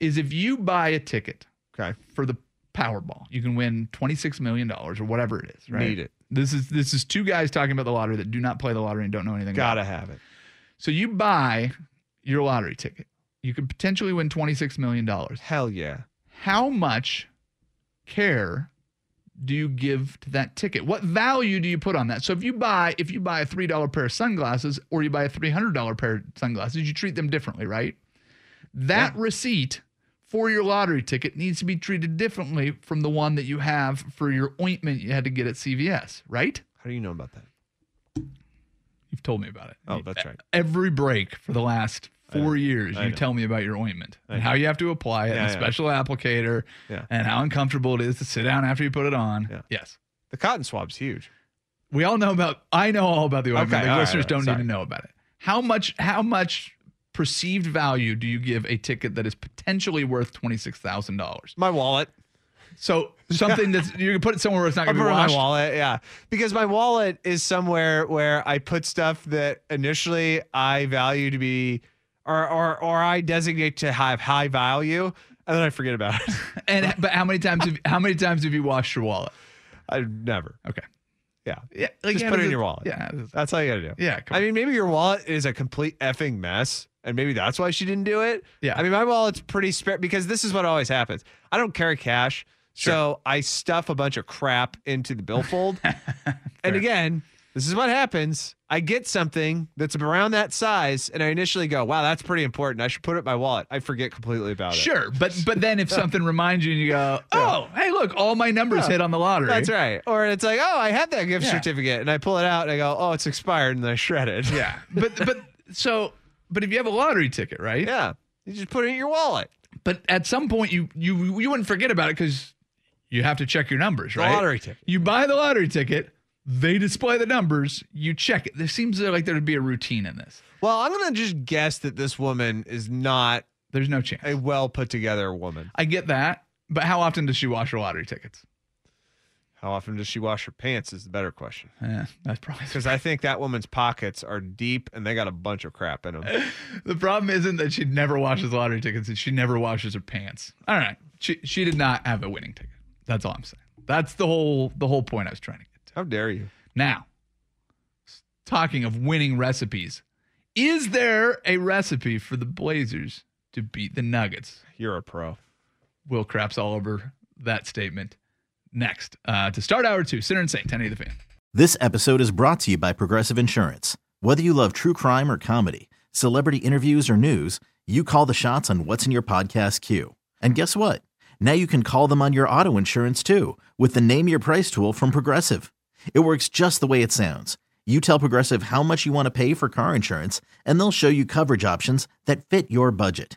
Speaker 6: Is if you buy a ticket,
Speaker 7: okay,
Speaker 6: for the Powerball, you can win twenty six million dollars or whatever it is, right?
Speaker 5: Need it.
Speaker 6: This is this is two guys talking about the lottery that do not play the lottery and don't know anything.
Speaker 5: Gotta
Speaker 6: about it.
Speaker 5: have it.
Speaker 6: So you buy your lottery ticket. You could potentially win $26 million.
Speaker 5: Hell yeah.
Speaker 6: How much care do you give to that ticket? What value do you put on that? So if you buy if you buy a $3 pair of sunglasses or you buy a $300 pair of sunglasses, you treat them differently, right? That receipt for your lottery ticket needs to be treated differently from the one that you have for your ointment you had to get at CVS, right?
Speaker 5: How do you know about that?
Speaker 6: You've told me about it.
Speaker 5: Oh, that's right.
Speaker 6: Every break for the last four years,
Speaker 5: I
Speaker 6: you
Speaker 5: know.
Speaker 6: tell me about your ointment
Speaker 5: I
Speaker 6: and
Speaker 5: know.
Speaker 6: how you have to apply it,
Speaker 5: Yeah,
Speaker 6: and
Speaker 5: I
Speaker 6: the
Speaker 5: know.
Speaker 6: special applicator,
Speaker 5: Yeah.
Speaker 6: and how uncomfortable it is to sit down after you put it on.
Speaker 5: Yeah.
Speaker 6: Yes.
Speaker 5: The cotton swab's huge.
Speaker 6: We all know about. I know all about the ointment.
Speaker 5: Okay,
Speaker 6: the
Speaker 5: all right,
Speaker 6: listeners
Speaker 5: all right,
Speaker 6: don't
Speaker 5: sorry.
Speaker 6: need to know about it. How much? How much perceived value do you give a ticket that is potentially worth twenty six thousand dollars?
Speaker 5: My wallet.
Speaker 6: So something that's you can put it somewhere where it's not
Speaker 5: I
Speaker 6: going to
Speaker 5: put
Speaker 6: be
Speaker 5: it in my
Speaker 6: washed.
Speaker 5: wallet, yeah, because my wallet is somewhere where I put stuff that initially I value to be, or or or I designate to have high value, and then I forget about it.
Speaker 6: And but how many times? Have, how many times have you washed your wallet?
Speaker 5: I never.
Speaker 6: Okay.
Speaker 5: Yeah.
Speaker 6: Yeah.
Speaker 5: Just
Speaker 6: yeah,
Speaker 5: put it
Speaker 6: does
Speaker 5: in your wallet.
Speaker 6: Yeah.
Speaker 5: That's all you gotta do.
Speaker 6: Yeah, come
Speaker 5: I mean, maybe your wallet is a complete effing mess, and maybe that's why she didn't do it.
Speaker 6: Yeah.
Speaker 5: I mean, my wallet's pretty spare because this is what always happens. I don't carry cash. So I stuff a bunch of crap into the billfold. and again, this is what happens. I get something that's around that size, and I initially go, wow, that's pretty important. I should put it in my wallet. I forget completely about it.
Speaker 6: Sure, but but then if something reminds you and you go, oh, hey, look, all my numbers hit on the lottery.
Speaker 5: That's right. Or it's like, oh, I had that gift
Speaker 6: Yeah.
Speaker 5: certificate, and I pull it out and I go, oh, it's expired, and I shred it.
Speaker 6: Yeah. But but so but if you have a lottery ticket, right?
Speaker 5: Yeah. You just put it in your wallet.
Speaker 6: But at some point you you you wouldn't forget about it because you have to check your numbers,
Speaker 5: The
Speaker 6: right?
Speaker 5: lottery ticket.
Speaker 6: You buy the lottery ticket, they display the numbers, you check it. There seems like there'd be a routine in this.
Speaker 5: Well, I'm gonna just guess that this woman is not.
Speaker 6: There's no chance.
Speaker 5: A well put together woman.
Speaker 6: I get that, but how often does she wash her lottery tickets?
Speaker 5: How often does she wash her pants? Is the better question.
Speaker 6: Yeah, Eh, that's probably
Speaker 5: Because I think that woman's pockets are deep and they got a bunch of crap in them.
Speaker 6: the problem isn't that she never washes lottery tickets and she never washes her pants. All right. She she did not have a winning ticket. That's all I'm saying. That's the whole the whole point I was trying to get to.
Speaker 5: How dare you?
Speaker 6: Now, s- talking of winning recipes, is there a recipe for the Blazers to beat the Nuggets?
Speaker 5: You're a pro.
Speaker 6: Will craps all over that statement. Next, uh, to start hour two, Sinner and Saint, 10 of the fan.
Speaker 1: This episode is brought to you by Progressive Insurance. Whether you love true crime or comedy, celebrity interviews or news, you call the shots on what's in your podcast queue. And guess what? Now you can call them on your auto insurance too with the Name Your Price tool from Progressive. It works just the way it sounds. You tell Progressive how much you want to pay for car insurance, and they'll show you coverage options that fit your budget.